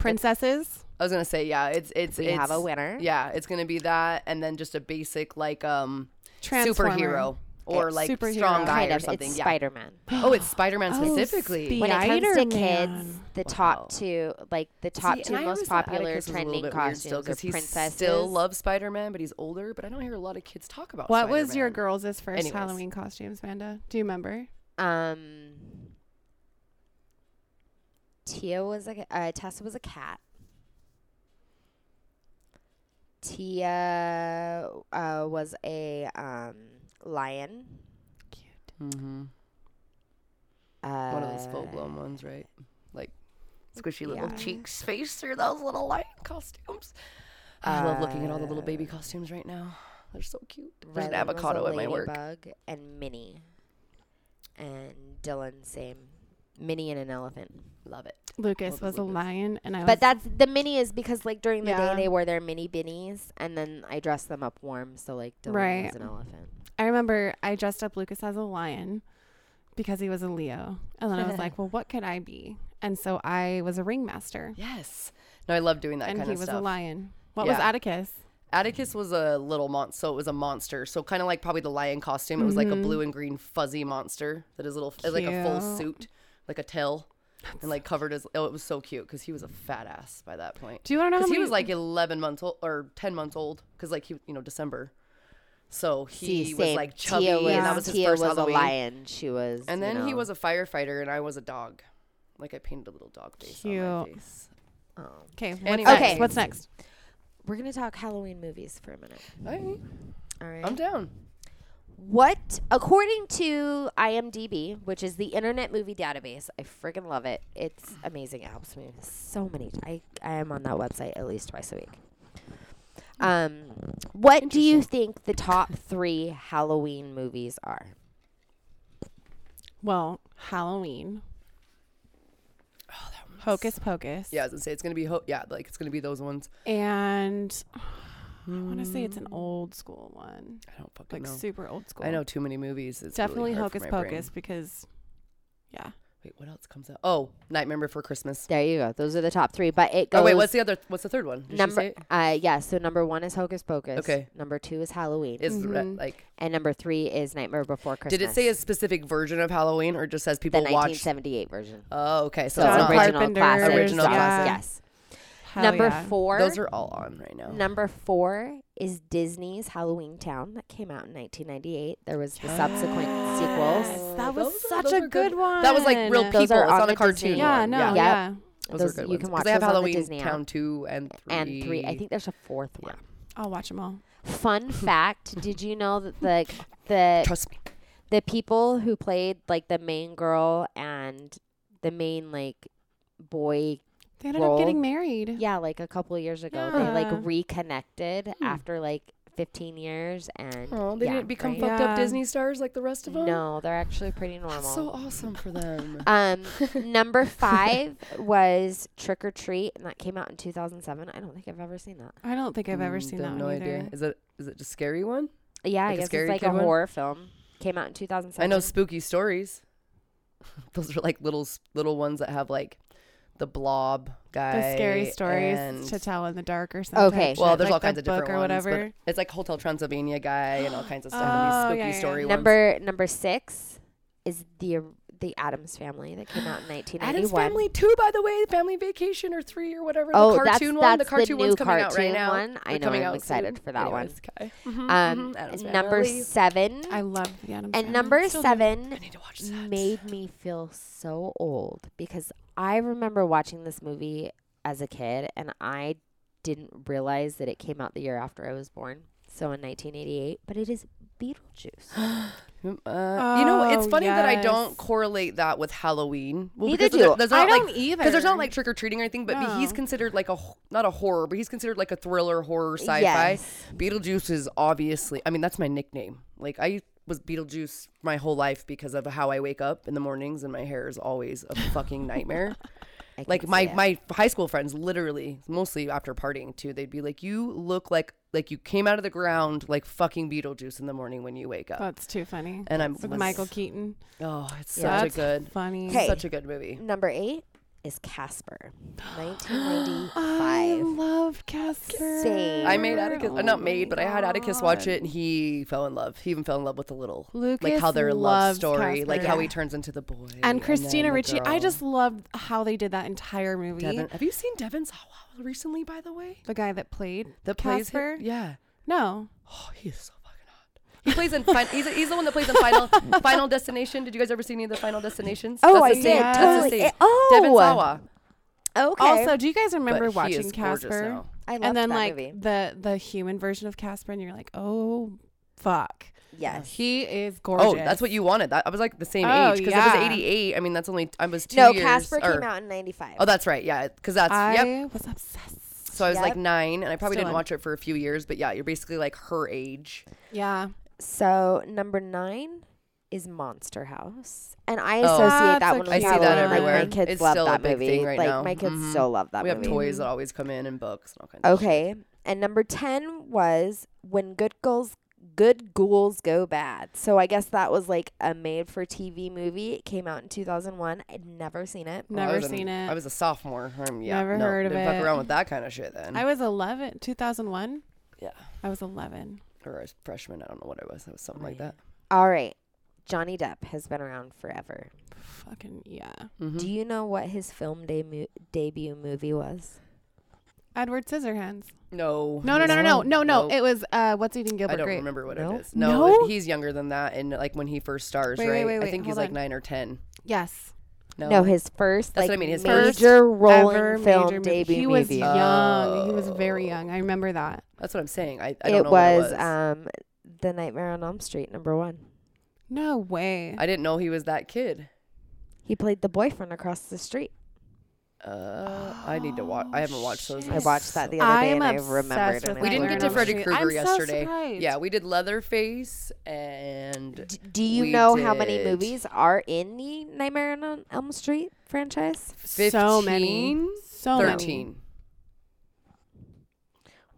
S6: Princesses?
S7: I was gonna say yeah. It's it's
S5: We have
S7: it's-
S5: a winner.
S7: Yeah, it's gonna be that, and then just a basic like um
S6: Transformer.
S7: superhero or like
S6: superhero.
S7: strong guy
S5: Kind
S7: or
S5: of.
S7: something.
S5: It's
S7: yeah.
S5: Spider Man.
S7: oh, it's Spider Man
S6: Oh,
S7: specifically.
S6: speak.
S5: When it comes to kids,
S6: Spider-Man.
S5: the top two, like the top
S7: See,
S5: two
S7: and I
S5: most
S7: always thought
S5: popular
S7: Atticus was a little
S5: trending
S7: bit weird
S5: costumes
S7: still,
S5: are
S7: 'cause
S5: princesses.
S7: He still loves Spider Man, but he's older. But I don't hear a lot of kids talk about.
S6: What was your
S7: Spider-Man.
S6: girls' first
S7: Anyways.
S6: Halloween costumes, Amanda? Do you remember?
S5: Um, Tia was a ca- uh, Tessa was a cat. Tia uh, was a um, lion.
S6: Cute.
S5: Uh,
S7: Mm-hmm. One of those full blown ones, right? Like squishy little
S5: yeah.
S7: cheeks, face through those little lion costumes. I love looking at all the little baby costumes right now. They're so cute. There's
S5: Rylan
S7: an
S5: was a
S7: avocado at my work.
S5: ladybug And Minnie. And Dylan, same. Minnie and an elephant.
S7: Love it.
S6: Lucas was a lion, and I was.
S5: But that's the mini is because like during the
S6: Yeah.
S5: day they wear their mini binnies and then I dress them up warm so like Dylan
S6: Right.
S5: was an elephant.
S6: I remember I dressed up Lucas as a lion because he was a Leo, and then I
S7: *laughs*
S6: was like, "Well, what could I be?" And so I was a ringmaster,
S7: Yes. No, I love doing that
S6: and
S7: kind
S6: he
S7: of
S6: was
S7: stuff.
S6: a lion. What was
S7: Yeah.
S6: Atticus?
S7: Atticus was a little monster, so it was a monster. So kind of like probably the lion costume. It was like a blue and green fuzzy monster that is little, it's like a full
S6: Mm-hmm. Cute.
S7: suit, like a tail, and like covered his. Oh, it was so cute because he was a fat ass by that point.
S6: Do you wanna know how
S7: Because he
S6: many-
S7: was like eleven months old or ten months old because like he, you know, December. So he
S5: See,
S7: was
S5: same.
S7: like chubby,
S5: Tia
S7: and that was his
S5: Tia
S7: first
S5: was
S7: Halloween.
S5: a lion. She was,
S7: And
S5: you
S7: then he
S5: know,
S7: was a firefighter, and I was a dog. Like I painted a little dog face on my
S6: Cute.
S7: face.
S6: Okay. What's
S7: Anyways.
S6: next?
S5: Okay.
S6: What's next?
S5: We're gonna talk Halloween movies for a minute.
S7: Alright,
S5: All right.
S7: I'm down.
S5: What, according to IMDb, which is the Internet Movie Database, I freaking love it. It's amazing. It helps me so many. I I am on that website at least twice a week. Um, what do you think the top three Halloween movies are?
S6: Well, Halloween. Hocus Pocus.
S7: Yeah, I was gonna say it's gonna be ho- yeah, like it's gonna be those ones.
S6: And I want to say it's an old school one,
S7: Hmm. I don't fucking
S6: like
S7: know.
S6: super old school.
S7: I know too many movies. It's really
S6: Definitely
S7: hard for
S6: Hocus
S7: my brain.
S6: Pocus because, yeah.
S7: Wait, what else comes out? Oh, Nightmare Before Christmas.
S5: There you go. Those are the top three. But it goes.
S7: Oh wait, what's the other? What's the third one? Did
S5: number?
S7: she say it?
S5: Uh, yeah. So number one is Hocus Pocus.
S7: Okay.
S5: Number two is Halloween.
S7: Is the re- like?
S5: and number three is Nightmare Before Christmas.
S7: Did it say a specific version of Halloween or just says
S5: the
S7: people watch?
S5: 1978 version?
S7: Oh, okay. So
S5: So
S7: it's
S6: John
S7: not-
S5: original
S6: Carpenter's,
S5: classic.
S7: Original
S5: Yes,
S7: classic.
S5: Yes.
S6: Hell
S5: number
S6: yeah.
S5: four.
S7: Those are all on right now.
S5: Number four is Disney's Halloween Town that came out in 1998. There was the subsequent sequels.
S6: That
S7: Those
S6: was
S7: are-
S6: such
S7: those
S6: a
S7: are
S6: good, one.
S7: That was like real people.
S5: Those
S7: It's
S5: are on
S7: not
S5: the
S7: a cartoon.
S5: Disney.
S6: Yeah,
S7: one.
S6: no,
S5: Yep.
S6: yeah.
S7: Those,
S5: Those-
S7: are good
S5: you
S7: ones.
S5: can
S7: 'Cause
S5: watch
S7: they have
S5: those on the
S7: Halloween
S5: Disney app.
S7: Town two and three.
S5: And three. I think there's a fourth one.
S6: I'll watch them all.
S7: *laughs*
S5: Fun fact: Did you know that the the
S7: Trust me.
S5: the people who played like the main girl and the main like boy
S6: They ended
S5: Roll.
S6: up getting married.
S5: yeah like a couple of years ago they
S6: Yeah.
S5: like reconnected after like 15 years and
S7: Oh, they
S5: yeah,
S7: didn't become
S5: right?
S7: fucked
S6: Yeah.
S7: up Disney stars like the rest of them.
S5: no they're actually pretty normal
S7: That's so awesome for them.
S5: *laughs*
S7: *laughs*
S5: Um, number five was Trick or Treat, and that came out in 2007. I don't think I've ever seen that.
S6: I don't think I've ever
S7: Mm,
S6: seen
S7: they
S6: that
S7: have
S6: one
S7: no
S6: either.
S7: idea. Is it is it a scary one?
S5: Yeah,
S7: Like a
S5: I guess
S7: Scary
S5: it's like
S7: Kid
S5: a
S7: one?
S5: horror film. Came out in 2007.
S7: I know spooky stories. *laughs* Those are like little s- little ones that have like the blob guy.
S6: the scary stories
S7: and-
S6: to tell in the dark or something.
S5: Okay.
S7: well, there's all kinds
S6: the
S7: of different
S6: book or
S7: ones, but
S6: whatever.
S7: it's like Hotel Transylvania guy and all kinds of stuff.
S6: Oh,
S7: and these spooky
S6: yeah, yeah, yeah.
S7: story ones.
S5: Number number six is the the Adams Family that came
S7: *gasps*
S5: out in 1991.
S7: Adam's Family two, by the way, Family Vacation or three or whatever.
S5: Oh,
S7: the
S5: that's-
S7: cartoon one. The
S5: that's the
S7: cartoon one's
S5: new
S7: coming out right
S5: cartoon
S7: now.
S5: one. I
S7: They're
S5: know,
S7: coming
S5: I'm
S7: out
S5: excited
S7: soon.
S5: for that one.
S7: Anyways, Kai.
S5: Um,
S7: mhm, Addams
S5: number
S7: Family.
S5: seven
S6: I love the Adams
S5: and
S6: Family.
S5: number
S6: Still do.
S5: seven
S7: I need to watch that.
S5: made me feel so old because I remember watching this movie as a kid and I didn't realize that it came out the year after I was born. So in 1988, but it is
S7: *gasps*
S5: Beetlejuice.
S7: Mm, uh, you know, it's
S6: Oh,
S7: funny that I don't
S6: yes.
S7: correlate that with Halloween. Well,
S5: Neither
S7: because
S5: do
S7: there's
S6: I
S7: not like,
S6: don't either.
S7: Because there's not like trick or treating or anything, but be- he's
S6: No.
S7: considered like a ho- not a horror, but he's considered like a thriller horror sci-fi.
S5: Yes.
S7: Beetlejuice is obviously. I mean, that's my nickname. Like I was Beetlejuice my whole life because of how I wake up in the mornings and my hair is always a fucking nightmare.
S5: *laughs* I can
S7: like
S5: see
S7: my
S5: it.
S7: my high school friends literally mostly after partying too they'd be like you look like like you came out of the ground like fucking beetlejuice in the morning when you wake up
S6: That's too funny.
S7: and i'm
S6: With Michael Keaton.
S7: oh it's
S5: Yeah.
S7: such a good
S6: Funny.
S5: Hey.
S7: such a good movie
S5: Number eight is
S7: *gasps*
S5: Casper,
S6: I
S5: 1995.
S6: love Casper.
S5: Same.
S7: I made Atticus, uh, not
S6: Oh
S7: made,
S6: my
S7: but I had Atticus watch
S6: God.
S7: it, and he fell in love. He even fell in love with the little, like
S6: Lucas
S7: how their love
S6: loves
S7: story, like
S6: Casper.
S7: how
S6: Yeah.
S7: he turns into the boy. then
S6: And Christina
S7: the
S6: Ricci. I
S7: girl.
S6: just loved how they did that entire movie.
S7: Devin, have you seen Devin Sawa recently? By the way,
S6: The guy that played
S7: that plays
S6: Casper.
S7: him? Yeah.
S6: No.
S7: Oh, he is so fucking hot. He plays in. Fin- he's, he's the one that plays in Final Final Destination. Did you guys ever see any of the Final Destinations?
S5: Oh,
S7: That's
S5: I
S7: the
S5: did.
S7: same- that's the
S5: Totally.
S7: same.
S5: Eh, oh.
S7: Devin Sawa.
S5: Okay.
S6: Also, do you guys
S7: But
S6: remember
S7: he
S6: watching
S7: is gorgeous
S6: Casper?
S7: now.
S5: I loved
S6: And then
S5: that
S6: like
S5: movie.
S6: the the human version of Casper, and you're like, oh fuck,
S5: Yes.
S6: he is gorgeous.
S7: Oh, that's what you wanted. That I was like the same
S6: Oh,
S7: age because it
S6: yeah.
S7: was '88. I mean, that's only I was two
S5: no,
S7: years.
S5: Casper
S7: or-
S5: came out in 95.
S7: Oh, that's right. Yeah, because that's
S6: I
S7: yep.
S6: was obsessed.
S7: So I was like
S5: Yep.
S7: nine, and I probably
S6: Still
S7: didn't
S6: am.
S7: watch it for a few years. But yeah, you're basically like her age.
S6: Yeah.
S5: So number nine is Monster House, and I
S7: Oh.
S5: associate that
S6: That's a
S5: one. with
S6: I see that
S5: Halloween.
S7: everywhere.
S5: Like, my kids
S7: It's
S5: love
S7: still a
S5: that
S7: big
S5: movie.
S7: thing right
S5: like
S7: now.
S5: my kids
S7: Mhm.
S5: still love that
S7: we have
S5: movie.
S7: toys that always come in and books and all kinds. of shit.
S5: Okay, and number ten was When Good Girls Good Ghouls Go Bad. So I guess that was like a made-for-TV movie. It came out in 2001. I'd never seen it.
S7: Well, I
S6: Never
S7: was an-
S6: seen it.
S7: I was a sophomore. Um, yeah,
S6: Never
S7: no,
S6: heard of
S7: didn't Fuck
S6: it.
S7: around with that kind of shit then.
S6: I was 11, 2001.
S7: yeah,
S6: I was 11.
S7: or I was freshman. I don't know what I was. It was something like that.
S5: All right, Johnny Depp has been around forever.
S6: Fucking yeah.
S7: Mm-hmm.
S5: Do you know what his film debut debut movie was?
S6: Edward Scissorhands.
S7: No,
S6: No, no, no, no, no, no, no.
S7: Oh, Nope.
S6: It was uh, what's eating Gilbert
S7: I don't
S6: Grape.
S7: remember what
S5: No?
S7: it is. No,
S6: No?
S7: he's younger than that, and like when he first stars,
S6: Wait, wait,
S7: right?
S6: wait,
S7: I
S6: wait,
S7: think he's
S6: hold
S7: like
S6: on.
S7: nine or ten.
S6: Yes.
S7: No,
S5: No, his first like
S7: That's what I mean, his
S5: major
S7: first
S5: rolling
S6: Ever
S5: film
S6: major movie.
S5: debut
S6: He was
S5: movie.
S6: young. He was very young. I remember that.
S7: that's what I'm saying. I, I don't
S5: it
S7: know
S5: was,
S7: what it was.
S5: um the Nightmare on Elm Street number one.
S6: No way.
S7: I didn't know he was that kid.
S5: He played the boyfriend across the street.
S7: Uh, I need to watch. I haven't watched those. in
S5: I watched that the other
S6: Oh, I
S5: day
S6: am
S5: and I
S6: obsessed
S5: remembered.
S6: with
S5: and I
S7: We
S6: Nightmare
S5: loved
S7: didn't get
S6: on
S5: it.
S7: to
S6: Elm
S7: Freddy
S6: Street.
S7: Krueger
S6: I'm so
S7: yesterday.
S6: surprised.
S7: yeah, we did Leatherface and
S5: D- Do you
S7: We
S5: know how many
S7: did.
S5: movies are in the Nightmare on Elm Street franchise?
S7: 15,
S6: so many. So
S7: 13.
S6: many.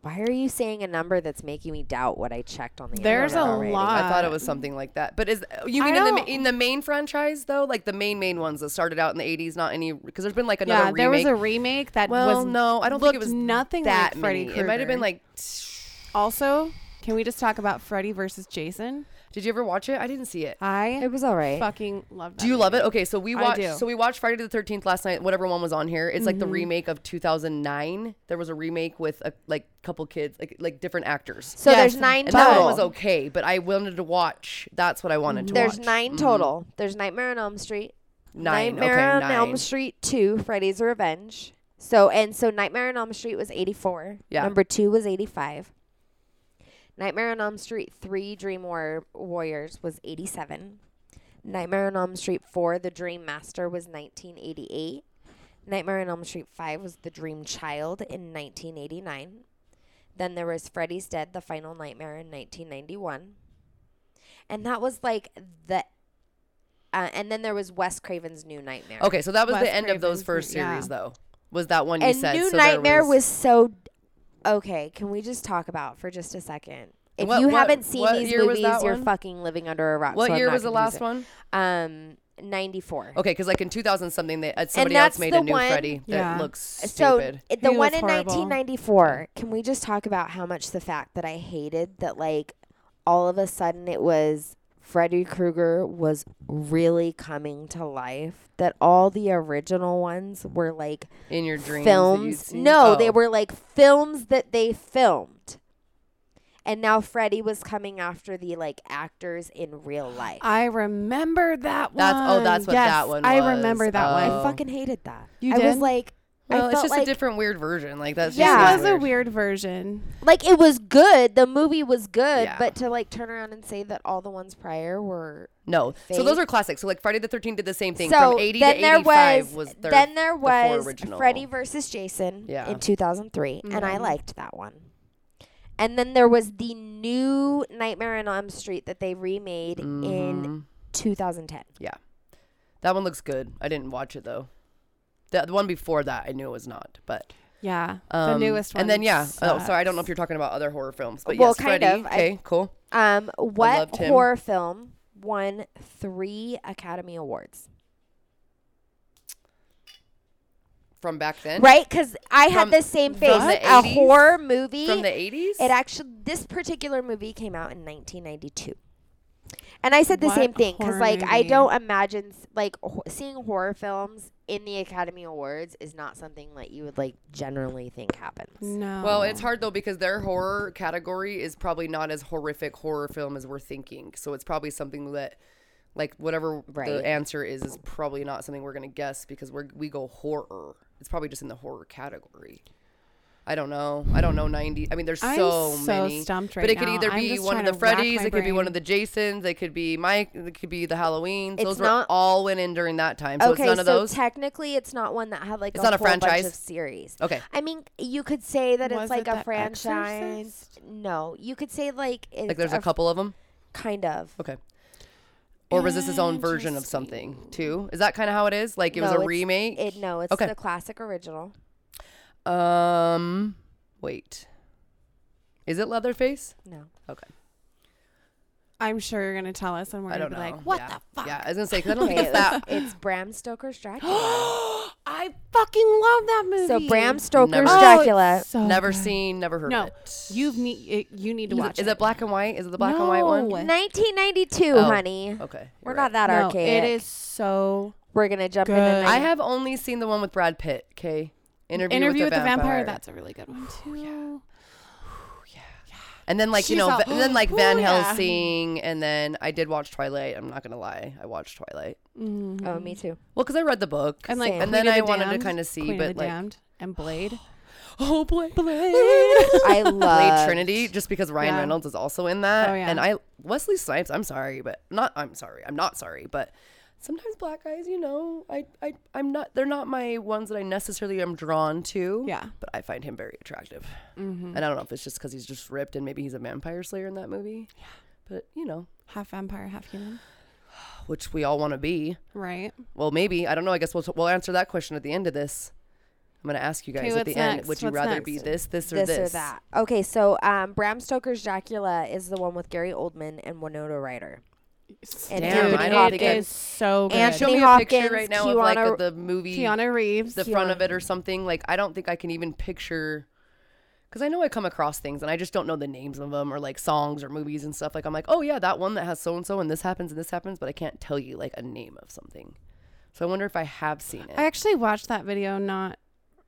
S5: Why are you saying a number that's making me doubt what I checked on the
S6: There's
S5: internet
S6: a
S5: already?
S6: lot.
S7: I thought it was something like that. But is you
S6: I
S7: mean in the, ma-
S6: don't-
S7: in the main franchise though, like the main main ones that started out in the 80s, not any because there's been like another
S6: Yeah,
S7: remake.
S6: there was a remake that
S7: well,
S6: was
S7: no, I don't think it
S6: looked
S7: was
S6: nothing
S7: that
S6: like Freddy
S7: many. It might have been
S6: Krueger.
S7: like
S6: Also, can we just talk about Freddy versus Jason?
S7: Did you ever watch it? I didn't see it.
S6: I
S5: It was all right.
S6: fucking love that.
S7: Do you love it? Okay, so we
S6: I
S7: watched
S6: do.
S7: so we watched Friday the 13th last night, whatever one was on here. It's
S5: Mm-hmm.
S7: like the remake of 2009. There was a remake with a, like couple kids, like like different actors.
S5: So
S6: Yes,
S5: there's nine
S7: And
S5: total.
S7: that one was okay, but I wanted to watch. That's what I wanted to
S5: There's
S7: watch.
S5: 9
S7: Mm-hmm.
S5: total. There's Nightmare on Elm Street.
S7: Nine,
S5: Nightmare
S7: okay,
S5: on
S7: nine.
S5: Elm Street two, Freddy's Revenge. So and so Nightmare on Elm Street was eighty four.
S7: Yeah.
S5: Number two was eighty five. Nightmare on Elm Street three, Dream War- Warriors was eighty seven. Nightmare on Elm Street four, The Dream Master was nineteen eighty eight. Nightmare on Elm Street five was The Dream Child in nineteen eighty nine. Then there was Freddy's Dead, The Final Nightmare in nineteen ninety one. And that was like the uh, and then there was Wes Craven's New Nightmare.
S7: Okay, so that was the
S6: Wes
S7: end of those
S6: Craven's
S7: first
S6: movie, yeah.
S7: series, though. Was that one you
S5: and
S7: said?
S5: New
S7: so there
S5: Nightmare was... so okay. Can we just talk about for just a second? If
S7: What-
S5: you
S7: what-
S5: haven't seen
S7: what
S5: these
S7: year was
S5: movies,
S7: that
S5: you're
S7: one?
S5: fucking living under a rock.
S7: What
S5: so I'm
S7: year
S5: not
S7: was the
S5: gonna
S7: last
S5: use it.
S7: one?
S5: Um, ninety four.
S7: Okay, because like in 2000 something, they, uh, somebody
S5: that's
S7: else made
S5: the
S7: a new
S5: one-
S7: Freddy that
S6: Yeah.
S7: looks
S5: So
S7: stupid.
S5: it- the
S6: He
S5: one
S6: was
S5: in
S6: horrible.
S5: 1994. Can we just talk about how much the fact that I hated that, like, all of a sudden it was Freddy Krueger was really coming to life. That all the original ones were like
S7: in your dreams, that you'd
S5: films.
S7: seen?
S5: No, they
S7: Oh.
S5: were like films that they filmed. And now Freddie was coming after the like actors in real life. I,
S6: I remember that one.
S7: That's- oh, that's what
S6: Yes,
S7: that one
S6: I
S7: was.
S6: remember that
S7: Oh.
S6: one.
S5: fucking hated that.
S6: You
S5: I was
S6: did?
S5: like, I
S7: Well,
S5: felt
S7: it's just
S5: like,
S7: a different weird version. Like that's
S5: Yeah.
S6: It
S7: just
S6: was a
S7: weird.
S6: weird version.
S5: like it was good. The movie was good,
S7: Yeah.
S5: but to like turn around and say that all the ones prior were
S7: No, so those
S5: fake.
S7: are classics. So like Friday the 13th did the same thing
S5: so.
S7: from 80
S5: then
S7: to
S5: there
S7: 85
S5: was,
S7: their,
S5: then there
S7: the four
S5: was
S7: original.
S5: Freddy versus Jason
S7: Yeah. Mm-hmm.
S5: in 2003, and I liked that one. And then there was the new Nightmare on Elm Street that they remade
S7: Mm-hmm.
S5: in 2010.
S7: Yeah, that one looks good. I didn't watch it though. The, the one before that, I knew it was not, but
S6: Yeah. the
S7: um,
S6: newest one.
S7: And then yeah, oh,
S6: sucks.
S7: sorry, I don't know if you're talking about other horror films, but
S5: Well,
S7: yes,
S5: kind
S7: Freddy.
S5: of. I-
S7: Okay, cool.
S5: Um, what
S7: loved him.
S5: horror film won three Academy Awards?
S7: From back then,
S5: Right? Because I had
S7: From-
S5: the same
S7: from
S5: face.
S7: the
S5: a
S7: 80s?
S5: horror movie.
S7: From the eighties.
S5: It actually, this particular movie came out in 1992. And I said the
S6: What
S5: same thing because,
S6: horror
S5: like, I
S6: movie?
S5: don't imagine s- like ho- seeing horror films in the Academy Awards is not something that you would like generally think happens.
S6: No.
S7: Well, it's hard though because their horror category is probably not as horrific horror film as we're thinking. So it's probably something that, like, whatever
S5: Right.
S7: the answer is, is probably not something we're gonna guess because we're we go horror. It's probably just in the horror category. I don't know. I don't know ninety. I mean, there's
S6: I'm
S7: so,
S6: so
S7: many.
S6: stumped
S7: but
S6: right
S7: it could
S6: now.
S7: either
S6: I'm
S7: be
S6: just
S7: one of
S6: trying
S7: the
S6: to rack
S7: Freddy's.
S6: my
S7: It could be one of the
S6: brain.
S7: Jasons. It could be Mike. It could be the Halloween.
S5: It's
S7: Those
S5: not-
S7: were all went in during that time. So
S5: okay,
S7: it's none of
S5: so
S7: those.
S5: technically, it's not one that had like
S7: It's
S5: a
S7: not a
S5: whole bunch
S7: franchise?
S5: of series.
S7: Okay.
S5: I mean, you could say that
S6: Was
S5: it's like
S6: it
S5: a
S6: The
S5: franchise.
S6: Exorcist?
S5: No, you could say like it's
S7: like there's a
S5: f-
S7: couple of them.
S5: kind of.
S7: Okay. Or was this his own version of something too? Is that kind of how it is? Like it
S5: No,
S7: was a
S5: it's-
S7: remake.
S5: It no, it's
S7: Okay.
S5: the classic original.
S7: um, wait. Is it Leatherface?
S5: No.
S7: Okay.
S6: I'm sure you're gonna tell us, and we're
S7: I
S6: gonna
S7: don't
S6: be
S7: know.
S6: like, "What
S7: yeah.
S6: the fuck?"
S7: Yeah,
S6: *gasps*
S7: I was gonna say 'cause *laughs*
S6: *laughs*
S7: I don't think
S5: Okay,
S7: it's that.
S5: *laughs* it's, it's Bram Stoker's Dracula.
S6: I fucking love that movie.
S5: so Bram Stoker's
S7: Never- Oh,
S5: Dracula.
S6: So
S7: never
S6: good.
S7: seen, never heard.
S6: No,
S7: of it.
S6: you need it, you need to
S7: Is it-
S6: watch.
S7: Is it black and white? Is it the black and white one?
S6: No.
S5: 1992,
S7: Oh,
S5: honey.
S7: Okay, you're
S5: We're
S7: right.
S5: not that
S6: No,
S5: archaic.
S6: It is so
S5: We're gonna jump into.
S6: good.
S5: nine-
S7: I have only seen the one with Brad Pitt. Okay. Interview,
S6: interview
S7: with the vampire. Oh,
S6: That's a really good one too.
S7: and then like you
S6: She's
S7: know,
S6: all,
S7: and then like Van
S6: "Ooh, yeah."
S7: Helsing, and then I did watch Twilight. I'm not gonna lie, I watched Twilight.
S5: Oh, me too.
S7: Well, because I read the book.
S6: And like,
S5: Same.
S7: and then
S6: Queen of
S7: I
S6: the
S7: wanted
S6: Damned,
S7: to kind of see,
S6: Queen
S7: but
S6: of the
S7: like,
S6: Damned and Blade.
S7: oh, Blade, Blade,
S5: I love
S7: Trinity, just because Ryan
S6: Yeah.
S7: Reynolds is also in that.
S6: Oh, yeah.
S7: And I, Wesley Snipes, I'm sorry, but not, I'm sorry, I'm not sorry, but sometimes black guys, you know, I, I, I'm not, they're not my ones that I necessarily am drawn to.
S6: Yeah. Mm-hmm.
S7: But I find him very attractive. And I don't know if it's just because he's just ripped and maybe he's a vampire slayer in that movie. Yeah. But, you know,
S6: Half vampire, half human.
S7: which we all want to be.
S6: Right.
S7: Well, maybe. I don't know. I guess we'll, we'll answer that question at the end of this. I'm going to ask you guys at
S6: what's
S7: the end
S6: next?
S7: would you
S6: What's
S7: rather be
S6: next?
S7: this, this, or
S5: this,
S7: this?
S5: or that. Okay, so um, Bram Stoker's Dracula is the one with Gary Oldman and Winona Ryder. And
S7: Damn,
S5: Anthony
S7: I
S6: it
S7: don't
S5: Hopkins.
S7: think I-
S6: is so good.
S5: And
S7: Show
S5: Anthony
S7: me a
S5: Hopkins,
S7: picture right now of like
S5: Keanu-
S7: of the movie,
S6: Keanu Reeves.
S7: the front of it or something. Like, I don't think I can even picture. Because I know I come across things and I just don't know the names of them or like songs or movies and stuff. Like, I'm like, oh yeah, that one that has so and so and this happens and this happens, but I can't tell you like a name of something. So I wonder if I have seen it.
S6: I actually watched that video not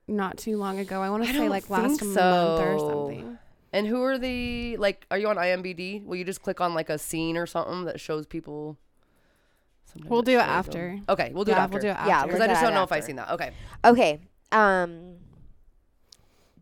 S6: not too long ago. I want to say
S7: don't
S6: like last
S7: think
S6: month or
S7: so.
S6: something.
S7: And who are the like? Are you on IMBD? Will you just click on like a scene or something that shows people? Sometimes
S6: We'll do it
S7: shows them.
S6: after.
S7: Okay, we'll do it
S6: Yeah,
S7: after.
S6: we'll do it after.
S5: Yeah,
S7: because
S5: Look
S7: I
S5: at
S7: just
S5: that
S7: don't know if I've
S5: after.
S7: seen that. Okay,
S5: Okay. Um,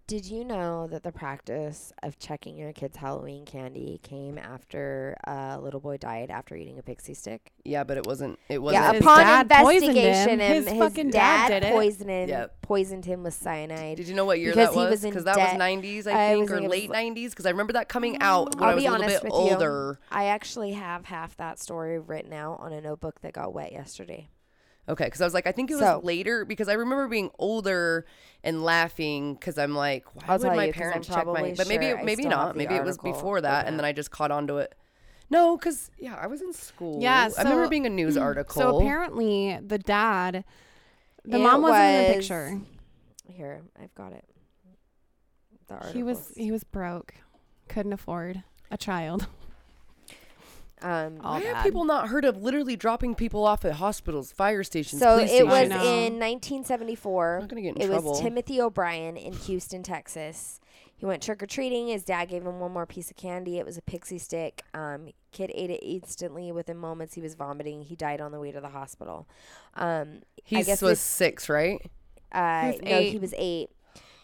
S5: did you know that the practice of checking your kids' Halloween candy came after a little boy died after eating a pixie stick?
S7: yeah, but it wasn't. It wasn't.
S5: Yeah,
S6: his
S5: upon
S6: dad poisoned
S5: investigation,
S6: him.
S5: him-
S6: His
S5: his
S6: fucking
S5: dad,
S6: dad did it.
S5: poisoned him,
S7: Yep.
S5: poisoned him with cyanide.
S7: Did you know what year
S5: because
S7: that
S5: he
S7: was?
S5: was in
S7: that was
S5: debt.
S7: 90s,
S5: I
S7: I think,
S5: was
S7: or
S5: in-
S7: late 90s. Because I remember that coming
S6: Oh,
S7: out when
S5: I'll
S7: I was
S5: be
S7: a little
S5: honest
S7: bit
S5: with
S7: older.
S5: you. I actually have half that story written out on a notebook that got wet yesterday.
S7: Okay, because I was like, I think it was
S5: So-
S7: later because I remember being older and laughing because I'm like, why
S5: I'll
S7: would
S5: tell
S7: my
S5: you 'cause I'm
S7: parents check my?
S5: probably
S7: But maybe,
S5: sure I
S7: maybe
S5: still have
S7: not.
S5: the
S7: Maybe it was
S5: article
S7: before that, and then I just caught onto it. No, because yeah, I was in school.
S6: Yeah,
S7: I
S6: *clears throat*
S7: remember
S6: so-
S7: being a news article.
S6: So apparently the dad, the
S5: It
S6: mom wasn't in the
S5: was-
S6: picture.
S5: Here, I've got it. The
S6: He was
S5: articles.
S6: he was broke, couldn't afford a child. *laughs*
S5: Um,
S6: All
S7: why have
S6: bad.
S7: people not heard of literally dropping people off at hospitals, fire stations,
S5: So
S7: police
S5: it was
S7: stations?
S5: in
S6: know.
S7: I'm
S5: 1974.
S7: not gonna get in
S5: it
S7: trouble.
S5: was Timothy O'Brien in Houston, Texas. He went trick or treating. His dad gave him one more piece of candy. It was a pixie stick. Um, kid ate it instantly. Within moments, he was vomiting. He died on the way to the hospital. Um,
S7: He
S5: I
S7: was
S5: guess this-
S7: six, right?
S5: uh,
S6: He was
S5: no, he
S6: eight.
S5: was eight.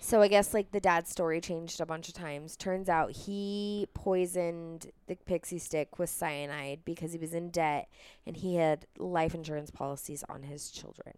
S5: So I guess like the dad's story changed a bunch of times. Turns out he poisoned the pixie stick with cyanide because he was in debt and he had life insurance policies on his children.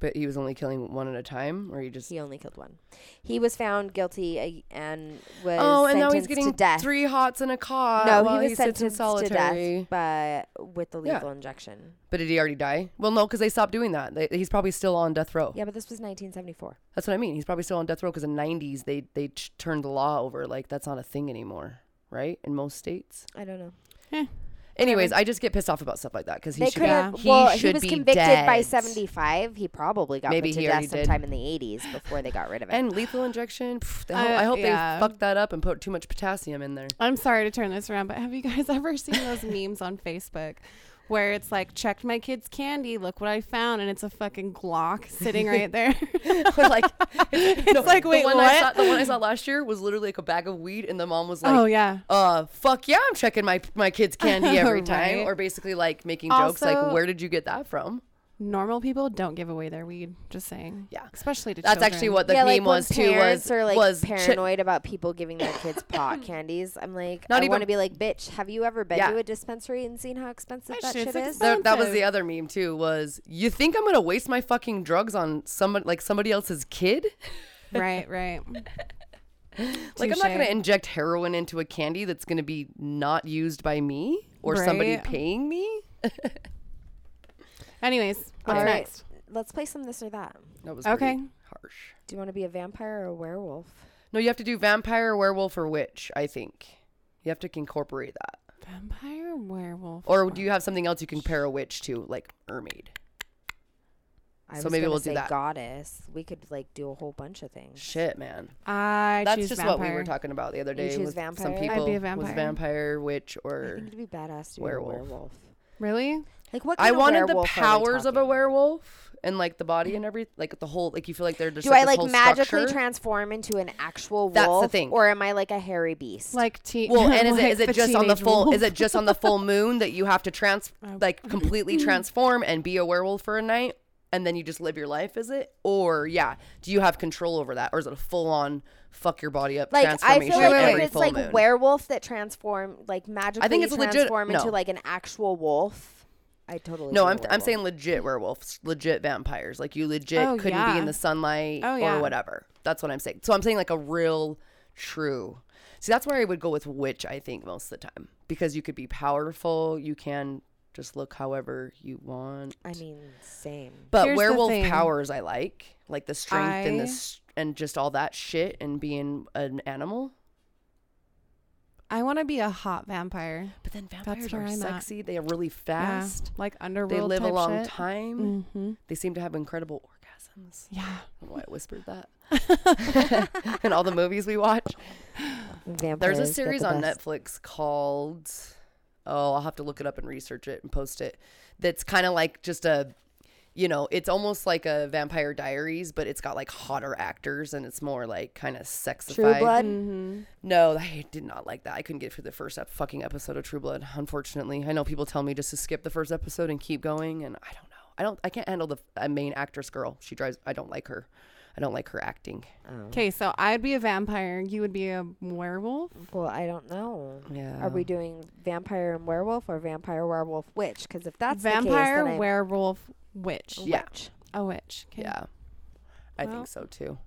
S7: But he was only killing one at a time, or he just.
S5: He only killed one. He was found guilty uh, and was
S7: oh, and now
S5: sentenced
S7: he's getting
S5: to death.
S7: three hots in a car.
S5: no,
S7: while
S5: he was
S7: sits in
S5: sentenced to
S7: solitary.
S5: death, but with the
S7: Yeah.
S5: lethal injection.
S7: But did he already die? Well, no, because they stopped doing that. They, he's probably still on death row.
S5: Yeah, but this was 1974.
S7: That's what I mean. He's probably still on death row because in '90s they they ch- turned the law over. Like that's not a thing anymore, right? In most states.
S5: I don't know.
S7: Anyways, I just get pissed off about stuff like that because he
S5: they
S7: should.
S5: could have.
S7: He
S5: well, he
S7: should
S5: was
S7: be
S5: convicted by
S7: dead.
S5: 75. He probably got
S7: Maybe
S5: put to
S7: he already
S5: death
S7: did.
S5: sometime in the 80s before they got rid of it.
S7: And lethal injection. pff, they ho-
S6: Uh,
S7: I hope
S6: yeah.
S7: they fucked that up and put too much potassium in there.
S6: I'm sorry to turn this around, but have you guys *laughs* ever seen those memes on Facebook where it's like, checked my kid's candy, look what I found, and it's a fucking Glock sitting right
S7: *laughs*
S6: there?
S7: But
S6: *laughs*
S7: like, it's
S6: like, wait,
S7: the one I saw,
S6: what?
S7: the one I saw last year was literally like a bag of weed, and the mom was like,
S6: oh, yeah.
S7: uh, fuck yeah, I'm checking my my kids' candy every time,
S6: Right.
S7: or basically like making jokes like,
S6: Also-
S7: where did you get that from?
S6: Normal people don't give away their weed. Just saying.
S7: Yeah.
S6: Especially to
S7: That's
S6: children.
S7: actually what the
S5: yeah,
S7: meme
S5: like
S7: was
S5: when
S7: too.
S5: parents
S7: Was
S5: are like
S7: was chi-
S5: paranoid about people giving their kids
S7: *coughs*
S5: pot candies. I'm like,
S7: Not
S5: I want to
S7: even-
S5: be like, bitch, have you ever been
S7: Yeah.
S5: to a dispensary and seen how expensive
S6: That
S5: that
S6: shit's
S5: shit is?
S6: expensive.
S7: that, that was the
S6: expensive.
S7: other meme too. Was you think I'm gonna waste my fucking drugs on somebody like somebody else's kid? *laughs*
S6: Right, right.
S7: Like I'm not
S6: Touche.
S7: gonna inject heroin into a candy that's gonna be not used by me or somebody
S6: Right.
S7: paying me.
S6: Anyways,
S5: All
S6: what's
S5: right,
S6: next?
S5: Let's play some this or that.
S7: That was
S6: Okay.
S7: pretty harsh.
S5: Do you want to be a vampire or a werewolf?
S7: No, you have to do vampire, werewolf, or witch. I think you have to incorporate that.
S6: Vampire werewolf.
S7: Or do you have something else you can pair a witch to, like mermaid?
S5: I
S7: So
S5: was
S7: maybe
S5: gonna
S7: we'll do
S5: say
S7: that.
S5: Goddess. We could like do a whole bunch of things.
S7: Shit, man.
S6: I
S7: That's
S6: choose
S7: just
S6: vampire.
S7: what we were talking about the other day.
S5: choose
S7: with Some
S5: vampire? I'd
S6: be a
S7: people was
S6: vampire.
S7: vampire, witch,
S5: I
S7: or
S5: think it'd be badass to be
S7: Werewolf.
S5: a werewolf.
S6: Really?
S5: Like what?
S7: I
S5: kind of
S7: wanted the
S5: werewolf are we
S7: powers of a
S5: talking?
S7: werewolf and like the body and everything, like the whole, like you feel like they're just.
S5: Do
S7: like
S5: I
S7: this
S5: like
S7: whole
S5: magically
S7: structure.
S5: transform into an actual wolf?
S7: That's the thing.
S5: Or am I like a hairy beast?
S6: *laughs* Like teen. *laughs*
S7: Well, and is it, is
S6: like
S7: it just on the
S6: teenage
S7: full?
S6: wolf.
S7: Is it just on the full moon that you have
S6: *laughs*
S7: to trans, like completely transform and be a werewolf for a night, and then you just live your life? Is it or yeah? Do you have control over that, or is it a full on fuck your body up
S5: Like I
S7: transformation
S5: feel like
S7: every
S5: if it's
S7: full
S5: like
S7: moon?
S5: werewolf that transform, like magically
S7: it's legit-
S5: transform into
S7: no.
S5: like an actual wolf. I totally
S7: no,
S5: do a
S7: I'm, I'm
S5: werewolf.
S7: saying legit werewolves, legit vampires. Like you legit
S6: Oh,
S7: couldn't be
S6: yeah.
S7: in the sunlight
S6: Oh,
S7: or
S6: yeah.
S7: whatever. That's what I'm saying. So I'm saying like a real, true. See, that's where I would go with witch. I think most of the time because you could be powerful. You can just look however you want.
S5: I mean, same.
S7: But
S6: Here's the
S7: werewolf
S6: thing.
S7: powers I like, like the strength and
S6: I-
S7: the s- and just all that shit and being an animal.
S6: *laughs* I want to be a hot vampire.
S7: But then vampires
S6: where
S7: are
S6: I'm at.
S7: sexy. They are really
S6: Yeah,
S7: fast.
S6: Like underworld.
S7: They live a
S6: type
S7: long
S6: shit.
S7: time.
S6: Mhm.
S7: They seem to have incredible orgasms.
S6: Yeah.
S7: I don't know why I whispered
S5: *laughs*
S7: that. *laughs* and all the movies we watch. There's a series on Netflix called Oh, I'll have to look it up and research it and post it. That's kind of like just a you know, it's almost like a Vampire Diaries, but it's got like hotter actors and it's more like kind of sexified.
S5: True Blood.
S7: Mm-hmm. No, I did not like that. I couldn't get through the first ep- fucking episode of True Blood, unfortunately. I know people tell me just to skip the first episode and keep going, and I don't know. I don't. I can't handle the uh, main actress girl. She drives. I don't like her. I don't like her acting.
S5: Oh,
S6: Okay, so I'd be a vampire. You would be a werewolf.
S5: Well, I don't know.
S7: Yeah.
S5: Are we doing vampire and werewolf or vampire werewolf witch? Because if that's
S6: vampire,
S5: the case, then I-
S6: werewolf, witch.
S7: Yeah.
S5: witch.
S6: A witch. 'Kay.
S7: Yeah. I think so too.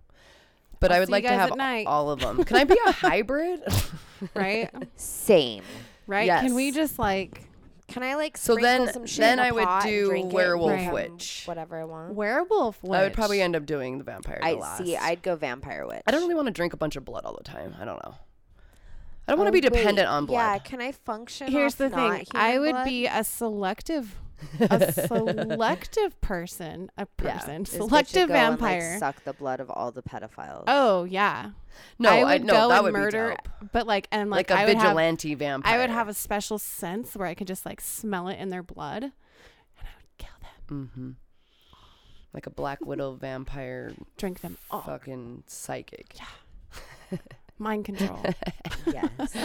S7: But
S6: I'll
S7: I would
S6: see you
S7: like to
S6: guys
S7: have
S6: at night.
S7: all of them. Can I be
S6: *laughs*
S7: a hybrid?
S6: *laughs* Right.
S7: *laughs*
S5: Same.
S6: Right. Can we
S7: Yes.
S6: just like
S5: Can I like
S7: So
S5: sprinkle
S7: then-
S5: some shit in
S7: then
S5: a
S7: I would
S5: pot and
S7: do
S5: drink it and
S7: werewolf
S5: become
S7: witch.
S5: whatever I want.
S6: werewolf? Witch?
S7: I would probably end up doing the vampire. the
S5: I
S7: last.
S5: see. I'd go vampire witch.
S7: I don't really want to drink a bunch of blood all the time. I don't know. I don't
S6: Oh,
S7: want to be dependent on blood.
S5: Oh, Yeah, can I function?
S6: Here's
S5: off
S6: the
S5: not
S6: thing. I
S5: human
S6: would
S5: blood?
S6: be a
S7: *laughs*
S6: selective, a selective person, a
S7: Yeah,
S6: person,
S5: Is what you
S6: selective
S5: go and, like,
S6: vampire.
S5: suck the blood of all the pedophiles.
S6: oh yeah.
S7: No,
S6: I
S7: I-
S6: would
S7: no,
S6: go
S7: that
S6: and
S7: would be
S6: murder,
S7: dope.
S6: but like and like,
S7: like, a
S6: I would have-
S7: vigilante vampire.
S6: I would have a special sense where I could just like smell it in their blood, and I would kill them,
S7: Mm-hmm. like a black widow vampire
S6: drink them all,
S7: fucking psychic.
S6: mind
S7: *laughs*
S6: control.
S5: yes.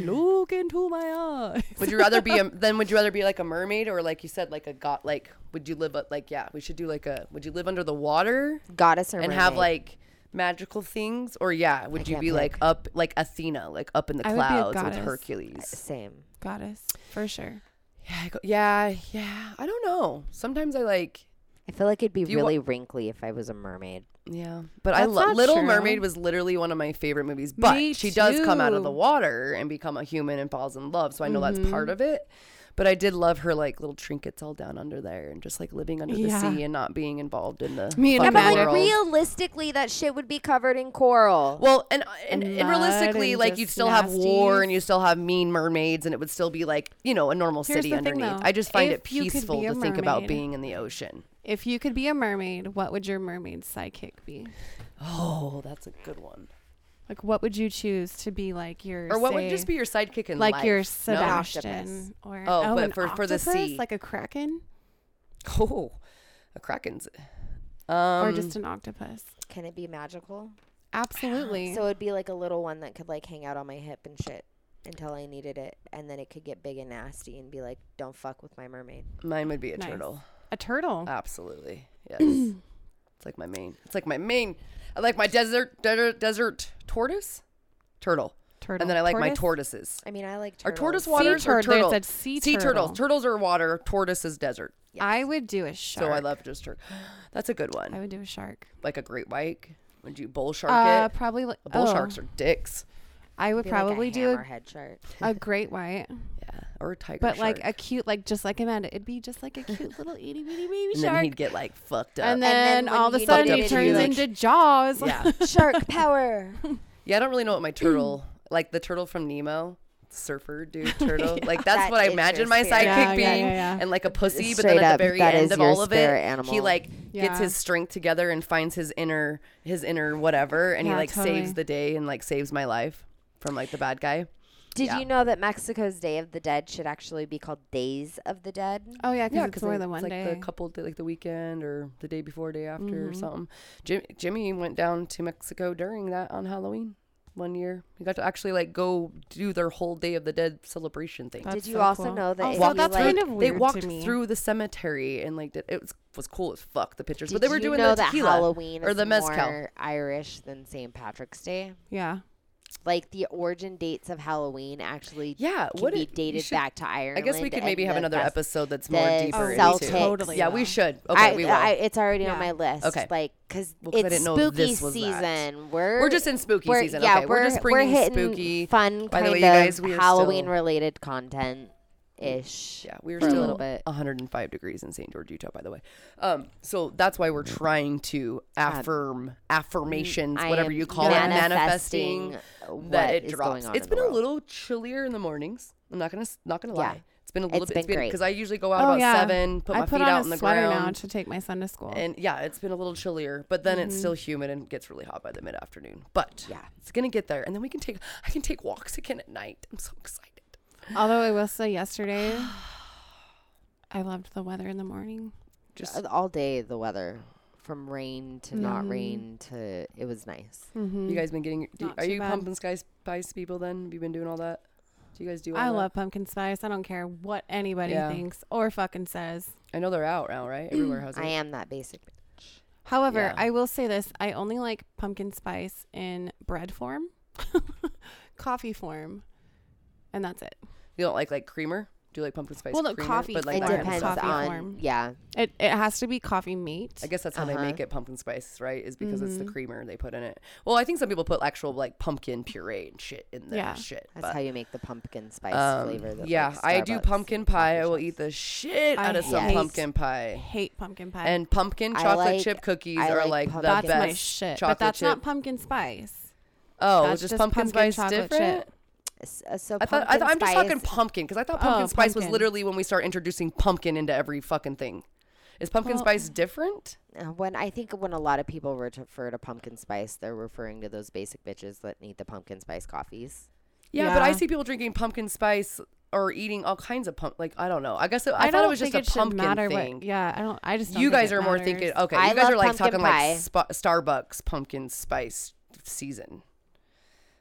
S6: Look into my eyes.
S7: Would you rather be a then would you rather be like a mermaid or like you said like a god like would you live a, like yeah, we should do like a would you live under the water
S5: Goddess or
S7: and have
S5: mermaid.
S7: like magical things or yeah, would you
S5: can't
S7: be like
S5: pick.
S7: up like Athena, like up in the
S6: I would be a
S7: clouds with
S6: goddess.
S7: Hercules?
S5: same.
S6: Goddess, for sure.
S7: Yeah, I go, yeah, yeah. I don't know. Sometimes I like
S5: I feel like it'd be
S7: you wa-
S5: really wrinkly if I was a mermaid.
S7: Yeah, but I
S6: That's
S7: love
S6: not
S7: Little
S6: true.
S7: Mermaid was literally one of my favorite movies. But
S6: Me
S7: she does come out of the
S6: too. Mm-hmm.
S7: water and become a human and falls in love. So I know that's part of it. But I did love her like little trinkets all down under there and just like living under
S6: Yeah.
S7: the sea and not being involved in the
S6: Me and
S7: fucking
S6: Yeah, but, like,
S7: world.
S5: realistically, that shit would be covered in coral.
S7: Well, and and,
S6: And
S7: and
S6: mud
S7: realistically,
S6: and
S7: like you'd
S6: just
S7: still have war
S6: nasties.
S7: and you still have mean mermaids, and it would still be like you know a normal
S6: Here's
S7: city
S6: the thing,
S7: underneath.
S6: though.
S7: I just find it
S6: If you could
S7: peaceful
S6: be
S7: to
S6: a
S7: think about
S6: mermaid-
S7: being in the ocean.
S6: If you could be a mermaid, what would your mermaid sidekick be?
S7: Oh, that's a good one.
S6: Like, what would you choose to be like your
S7: Or what would
S6: say,
S7: just be your sidekick in
S6: like
S7: life?
S6: your
S7: No?
S6: Sebastian or
S7: Oh, but
S6: an
S7: for- for the
S6: octopus?
S7: sea.
S6: like a kraken
S7: *laughs* Oh, a kraken's. Um,
S6: or just an octopus.
S5: Can it be magical?
S6: Absolutely.
S5: So it'd be like a little one that could like hang out on my hip and shit until I needed it, and then it could get big and nasty and be like, "Don't fuck with my mermaid."
S7: mine would be a
S6: Nice. Oh.
S7: turtle.
S6: a
S7: Uh,
S6: turtle.
S7: Absolutely,
S6: *clears throat*
S7: yes. it's like my main. It's like my main. I like my desert desert desert tortoise, turtle,
S6: turtle.
S7: and then I like my
S6: Tortoise?
S7: tortoise.
S5: I mean, I like
S7: Are
S5: turtles.
S7: tortoise waters or
S6: turtle. There's
S7: turtle?
S6: a sea
S7: turtles.
S6: turtle.
S7: Turtles are water. Tortoise is desert.
S6: I would do a shark.
S7: So I love just turtle. *gasps* That's a good
S6: I
S7: one.
S6: would do a shark.
S7: Like a great white. Would you bull shark
S6: Uh,
S7: it?
S6: probably like
S7: Bull
S6: oh,
S7: sharks are dicks.
S6: I would
S5: Be
S6: probably
S5: like a
S6: do
S5: hammerhead
S7: *laughs*
S5: shark.
S6: a, a great white,
S7: Yeah, or a tiger.
S6: but like a
S7: shark.
S6: cute, like just like Amanda. It'd be just
S7: *laughs*
S6: like a cute little itty bitty baby
S7: and
S6: shark.
S7: then he'd get like fucked up.
S6: and
S5: then
S6: then,
S5: when
S6: all of
S5: you
S6: a
S5: get
S6: sudden
S7: it,
S6: he
S7: it'd be
S6: turns
S7: like-
S6: into Jaws.
S7: yeah,
S5: Shark
S7: *laughs*
S5: power.
S7: yeah. I don't really know what my *clears throat* turtle like the turtle from Nemo. Surfer *laughs* dude turtle like that's
S5: That
S7: what I
S5: is your
S7: imagine my sidekick
S5: spirit.
S6: Yeah, yeah,
S7: being
S6: yeah, yeah.
S7: and like a pussy but
S5: Straight
S7: then at
S5: up,
S7: the very
S5: that
S7: end
S5: is
S7: of
S5: your
S7: all of it
S5: spirit
S7: he
S5: animal.
S7: like
S6: Yeah.
S7: gets his strength together and finds his inner his inner whatever and he
S6: Yeah,
S7: like
S6: totally.
S7: saves the day and like saves my life from like the bad guy
S5: Did
S7: Yeah.
S5: you know that Mexico's Day of the Dead should actually be called Days of the Dead?
S6: *laughs* Oh yeah, because
S7: Yeah,
S6: it's more than one
S7: like
S6: day. Mm-hmm.
S7: the couple day, like the weekend or the day before, day after, or something. Jim, Jimmy went down to Mexico during that on Halloween one year. He got to actually like go do their whole Day of the Dead celebration thing.
S6: That's
S5: Did you
S6: Oh, so
S5: also
S6: cool.
S5: know that
S6: Also,
S5: if you
S6: Well,
S7: Walked
S6: that's
S5: like,
S7: through-
S6: kind of weird
S7: they
S6: to
S7: walked
S6: me.
S7: through the cemetery and like did, it was, was cool as fuck the pictures,
S5: did
S7: but they were
S5: you
S7: doing
S5: know
S7: the
S5: that
S7: tequila
S5: Halloween
S7: or
S5: is
S7: the mezcal.
S5: more Irish than St. Patrick's Day?
S6: Yeah.
S5: Like the origin dates of Halloween actually
S7: Yeah,
S5: can
S7: what
S5: be
S7: it- you
S5: dated
S7: should-
S5: back to Ireland.
S7: I guess we could
S5: and
S7: maybe have
S5: the
S7: another
S5: fest-
S7: episode that's
S5: the
S7: more deeper. into-
S5: Celtics.
S6: Totally
S7: Yeah, we
S6: will.
S7: should. Okay,
S5: I,
S7: we will.
S5: I, it's already on my
S6: Yeah.
S5: list.
S7: Okay.
S5: Like, because
S7: Well, 'cause I
S5: it's
S7: didn't know
S5: spooky
S7: this was that.
S5: season. We're
S7: We're just in spooky
S5: we're-
S7: season.
S5: Yeah,
S7: Okay, we're just bringing
S5: hitting
S7: spooky-
S5: fun
S7: By the way,
S5: kind
S7: you guys,
S5: of
S7: we are
S5: Halloween
S7: still-
S5: related content ish.
S7: Yeah, we were
S5: for
S7: still
S5: a little bit.
S7: 105 degrees in St. George, Utah, by the way. Um, so that's why we're trying to affirm affirmations,
S5: Mm. I
S7: whatever
S5: am
S7: you call
S5: manifesting
S7: it, manifesting
S5: what
S7: that it
S5: is
S7: drops.
S5: going on
S7: It's
S5: in
S7: been
S5: the
S7: a
S5: world.
S7: little chillier in the mornings. I'm not gonna s- not gonna
S5: Yeah.
S7: lie. It's been a little
S5: It's
S7: bit.
S5: been great.
S7: because I usually go out
S6: oh
S7: about
S6: yeah.
S7: seven, put
S6: I
S7: my
S6: put
S7: feet
S6: on
S7: out
S6: a
S7: in the
S6: sweater now
S7: ground,
S6: to take my son to school.
S7: and yeah, it's been a little chillier. But then it's still
S5: Mm-hmm.
S7: humid and gets really hot by the mid afternoon. But yeah, it's gonna get there, and then we can take I can take walks again at night. I'm so excited.
S6: Although I will say,
S7: *sighs*
S6: yesterday, I loved the weather in the morning.
S7: Just
S5: Uh, all day the weather from rain to not rain to it was nice
S7: You guys been getting? Do,
S6: Mm. Not
S7: are
S6: too
S7: you
S6: bad.
S7: pumpkin spice spice people? Then have you been doing all that? Do you guys do? All
S6: I
S7: that?
S6: love pumpkin spice. I don't care what anybody
S7: Yeah.
S6: thinks or fucking says.
S7: I know they're out
S6: *clears throat*
S7: now, right? Everywhere has
S5: i
S7: it.
S5: am that basic bitch.
S6: However,
S7: Yeah.
S6: I will say this: I only like pumpkin spice in bread form, *laughs* coffee form, and that's it.
S7: You don't like like creamer? Do you like pumpkin spice?
S6: Well, no,
S7: creamer?
S6: coffee
S7: But like
S5: it
S6: form.
S7: by
S6: Warm
S5: depends
S7: itself?
S6: coffee
S5: on
S6: form.
S5: yeah
S6: It it has to be coffee meat.
S7: I guess that's how
S5: Uh-huh.
S7: they make it pumpkin spice, right? Is because it's the
S6: Mm-hmm.
S7: creamer they put in it. Well, I think some people put actual like pumpkin puree and shit in their
S6: Yeah.
S7: shit.
S5: that's
S7: but,
S5: how you make the pumpkin spice
S7: um,
S5: flavor that
S7: yeah,
S5: like,
S7: I do
S5: Starbucks
S7: pumpkin
S5: and coffee
S7: pie. I will
S5: shops.
S7: eat the shit
S6: I
S7: out of some
S5: hate-
S7: pumpkin
S6: I
S7: pie.
S6: hate pumpkin pie.
S7: And pumpkin
S5: I
S7: chocolate
S5: like-
S7: chip cookies
S5: I
S7: are
S5: like
S7: like the
S5: pumpkin
S7: best.
S6: that's
S5: pie.
S6: my shit.
S7: Chocolate
S6: But that's
S7: chip.
S6: not pumpkin spice.
S7: oh,
S6: that's
S7: it's just
S6: just
S7: pumpkin,
S6: pumpkin
S7: spice
S6: chocolate chip.
S7: different.
S5: S- uh, so
S7: I thought,
S5: pumpkin
S7: I thought I'm just talking
S5: spice-
S7: pumpkin because I thought
S6: Oh,
S7: pumpkin spice was
S6: pumpkin.
S7: literally when we start introducing pumpkin into every fucking thing. Is pumpkin spice different?
S5: Uh, when I think when a lot of people refer to pumpkin spice, they're referring to those basic bitches that need the pumpkin spice coffees.
S7: Yeah, but I
S6: Yeah.
S7: see people drinking pumpkin spice or eating all kinds of pump. Like I don't know. I guess it, I,
S6: I,
S7: thought
S6: don't
S7: it was just
S6: think it
S7: a
S6: should
S7: pumpkin
S6: matter what-
S7: thing.
S6: yeah, I don't. I just don't
S7: you
S6: think
S7: guys
S6: it
S7: are more
S6: matters.
S7: thinking. Okay,
S5: I
S7: you guys
S5: love
S7: are like
S5: pumpkin
S7: talking
S5: pie.
S7: like spa- Starbucks pumpkin spice season.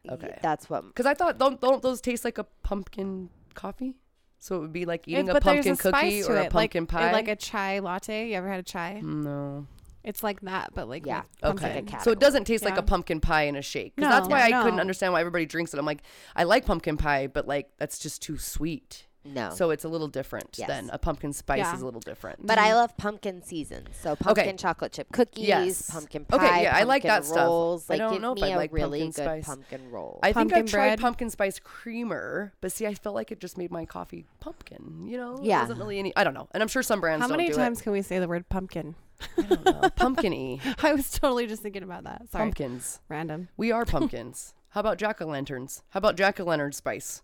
S5: Y-
S7: Okay.
S5: that's what
S7: Because I thought don't, don't those taste like a pumpkin coffee? So it would be like eating
S6: It-
S7: a
S6: but there's
S7: pumpkin cookie
S6: spice to
S7: or a
S6: it, like-
S7: pumpkin
S6: it-
S7: pie.
S6: like a chai latte. You ever had a chai?
S7: no.
S6: It's like that, but like
S5: Yeah.
S6: with
S7: Okay.
S6: pumpkin.
S5: Like a cat.
S7: so it doesn't taste like
S6: Yeah.
S7: a pumpkin pie in a shake. 'Cause that's
S6: No,
S7: why I
S6: no.
S7: couldn't understand why everybody drinks it. I'm like, I like pumpkin pie, but like that's just too sweet.
S5: No.
S7: So it's a little different
S5: Yes.
S7: than a pumpkin spice
S6: Yeah.
S7: is a little different.
S5: But I love pumpkin season. So pumpkin chocolate chip cookies,
S7: Yes.
S5: pumpkin pie,
S7: Okay, yeah, I like
S5: pumpkin
S7: that stuff.
S5: rolls.
S7: I
S5: Like,
S7: don't
S5: give
S7: know if
S5: me
S7: I
S5: a
S7: like
S5: really
S7: pumpkin
S5: good
S7: spice.
S5: pumpkin roll.
S7: I think
S6: Pumpkin
S7: I've tried
S6: bread.
S7: pumpkin spice creamer, but see, I feel like it just made my coffee pumpkin. You know,
S5: Yeah.
S7: it wasn't really any. I don't know, and I'm sure some brands
S6: How
S7: don't
S6: many
S7: do
S6: times can we say the word pumpkin?
S7: it. pumpkiny
S6: *laughs* I was totally just thinking about that. Sorry.
S7: pumpkins.
S6: Random.
S7: We are pumpkins. How about jack o' lanterns? How about jack o' lantern spice?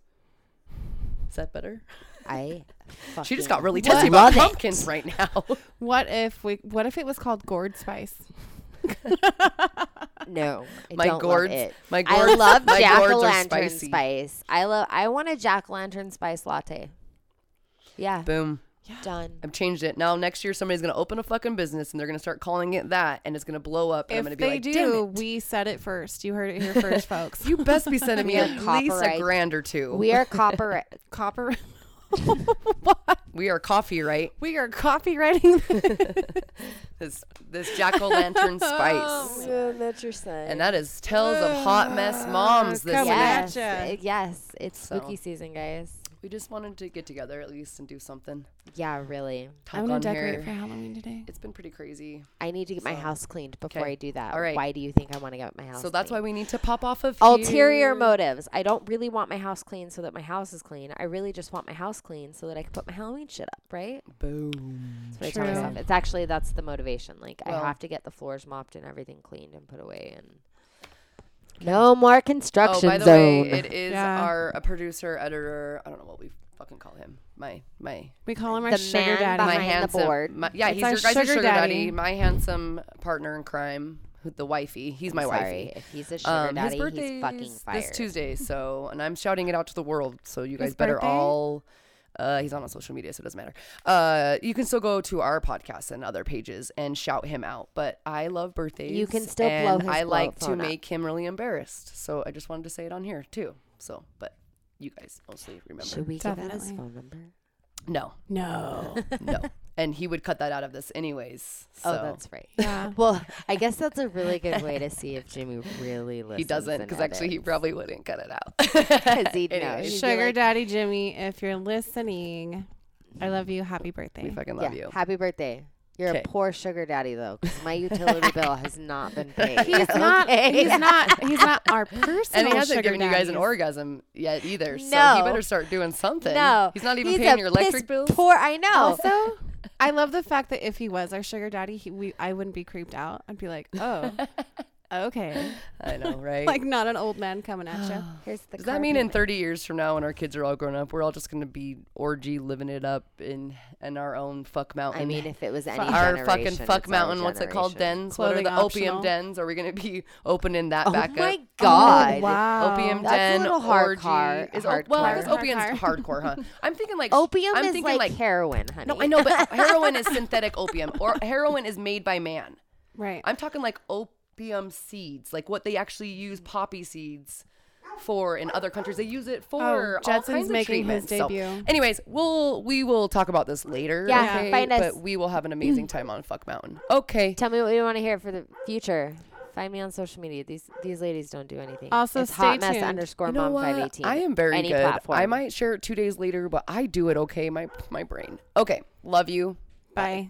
S7: Is that better?
S5: I
S7: *laughs* She just got
S5: fucking
S7: really testy
S5: love
S7: about
S5: it.
S7: pumpkins right now. *laughs*
S6: What if we? What if it was called gourd spice?
S5: No, I
S7: My
S5: don't love
S7: gourds-
S5: it.
S7: my
S5: I
S7: gourds-
S5: love
S7: my
S5: jack
S7: gourds are
S5: o' lantern
S7: spicy.
S5: spice. I love. I want a jack o' lantern spice latte. Yeah,
S7: Boom.
S5: done.
S7: I've changed it. Now next year somebody's gonna open a fucking business and they're gonna start calling it that and it's gonna blow up and I'm
S6: if
S7: gonna be
S6: they
S7: like, Damn
S6: do,
S7: it.
S6: we said it first. You heard it here
S7: *laughs*
S6: first, folks.
S7: you best be sending me
S5: are
S7: at least a
S5: copyright-
S7: grand or two. We
S5: We
S7: are,
S5: are
S7: *laughs*
S5: copper. *laughs*
S6: copper.
S7: coffee, right?
S6: we are *laughs* copywriting.
S7: This this jack o' lantern spice.
S5: that's your son.
S7: And that is tales of hot mess moms this
S6: Coming
S7: week.
S5: yes,
S6: at ya.
S5: it- yes, it's
S7: So.
S5: spooky season, guys.
S7: We just wanted to get together at least and do something.
S5: Yeah, really.
S7: Talk
S6: I'm gonna
S7: on
S6: decorate
S7: here.
S6: for Halloween today.
S7: It's been pretty crazy.
S5: I need to get my house cleaned before
S7: Okay.
S5: I do that.
S7: All right.
S5: Why do you think I want to get my house?
S7: So that's why
S5: cleaned?
S7: we need to pop off of
S5: Ulterior motives. I don't really want my house clean so that my house is clean. I really just want my house clean so that I can put my Halloween shit up, right?
S7: Boom.
S5: That's what I tell
S6: True.
S5: myself. It's actually that's the motivation. Like
S7: Well-
S5: I have to get the floors mopped and everything cleaned and put away and no more construction
S7: oh, by the
S5: zone.
S7: way, it is
S6: Yeah.
S7: our a producer, editor. I don't know what we fucking call him. My my
S6: We call him our
S5: The
S6: sugar
S5: man
S6: daddy.
S7: my
S5: behind the
S7: handsome.
S5: board.
S7: my- yeah,
S6: It's
S7: he's
S6: our
S7: your guys'
S6: sugar
S7: sugar, daddy.
S6: daddy.
S7: My handsome partner in crime, who- the wifey. He's my
S5: Sorry,
S7: wifey.
S5: if he's a sugar
S7: Um, his
S5: daddy,
S7: birthday
S5: he's fucking
S7: is
S5: fired.
S7: this Tuesday, so and I'm shouting it out to the world. So you guys
S6: His
S7: better
S6: birthday?
S7: all. Uh, he's on all social media, so it doesn't matter. Uh, you can still go to our podcast and other pages and shout him out. But I love birthdays.
S5: You can still blow
S7: and
S5: his
S7: I
S5: blow-
S7: like to
S5: phone up.
S7: make him really embarrassed. So I just wanted to say it on here too. So, but you guys mostly remember.
S5: Should we give out his
S6: Definitely.
S5: phone number?
S7: No,
S6: No.
S7: no. and he would cut that out of this anyways. So.
S5: Oh, that's right.
S6: yeah.
S5: *laughs* Well, I guess that's a really good way to see if Jimmy really listens.
S7: he doesn't
S5: and
S7: because actually he
S5: edits.
S7: probably wouldn't cut it
S5: *laughs*
S7: out.
S5: 'Cause he'd know.
S7: *laughs* Anyways.
S5: He'd be
S6: Sugar
S5: like,
S6: daddy Jimmy, if you're listening, I love you. Happy
S7: we
S6: birthday.
S7: fucking
S5: yeah,
S7: love you.
S5: Happy birthday. You're
S7: Okay.
S5: a poor sugar daddy though, because
S7: *laughs*
S5: my utility bill has not been paid. *laughs*
S6: He's not. He's not. He's not
S7: *laughs*
S6: our personal.
S7: And he hasn't
S6: sugar
S7: given you guys an
S6: daddies.
S7: orgasm yet either. So he
S5: No.
S7: better start doing something.
S5: *laughs* No,
S7: He's not even
S5: he's
S7: paying
S5: a
S7: your electric
S5: piss
S7: bills.
S5: Poor, I know.
S6: Also, I love the fact that if he was our sugar daddy, he, we I wouldn't be creeped out. I'd be like,
S7: *laughs*
S6: oh, okay,
S5: *laughs*
S7: I know, right?
S6: like not an old man coming at
S7: *sighs*
S6: you.
S5: Here's the
S7: Does that mean in 30 years from now, when our kids are all grown up, we're all just going to be orgy living it up in, in our own fuck mountain?
S5: I mean, if it was any
S7: our fucking
S5: generation,
S7: fuck
S5: it's our
S7: mountain. What's it called?
S5: generation.
S7: Dens. What are
S6: Clothing
S7: the opium
S6: optional.
S7: dens? Are we going to be opening that
S5: Oh
S7: back
S5: my
S7: up?
S5: god!
S6: wow.
S7: Opium
S5: That's a
S7: den.
S5: little hardcore-
S7: orgy. is o- well, I guess
S5: hardcore.
S7: opium's hardcore, huh? I'm thinking like
S5: Opium
S7: I'm
S5: is
S7: thinking
S5: like, heroin, honey.
S7: No, I know, but *laughs* heroin is synthetic opium, or heroin is made by man.
S6: Right.
S7: I'm talking like opium seeds, like what they actually use poppy seeds for in other countries. They use it
S5: Oh,
S7: for all
S6: Judson's
S7: kinds of
S6: making his
S7: treatments. So
S6: debut.
S7: anyways, we'll we will talk about this later.
S5: Yeah,
S7: okay?
S5: find us.
S7: But we will have an amazing time on Fuck Mountain.
S5: *laughs*
S7: Okay.
S5: Tell me what you want to hear for the future. Find me on social media. These these ladies don't do anything.
S6: Also,
S5: it's hot
S6: stay
S5: mess
S6: tuned.
S5: underscore
S7: You know
S5: mom
S7: what?
S5: five eighteen.
S7: I am very
S5: any
S7: good.
S5: Platform.
S7: I might share it two days later, but I do it okay. My my brain. Okay. Love you.
S6: Bye.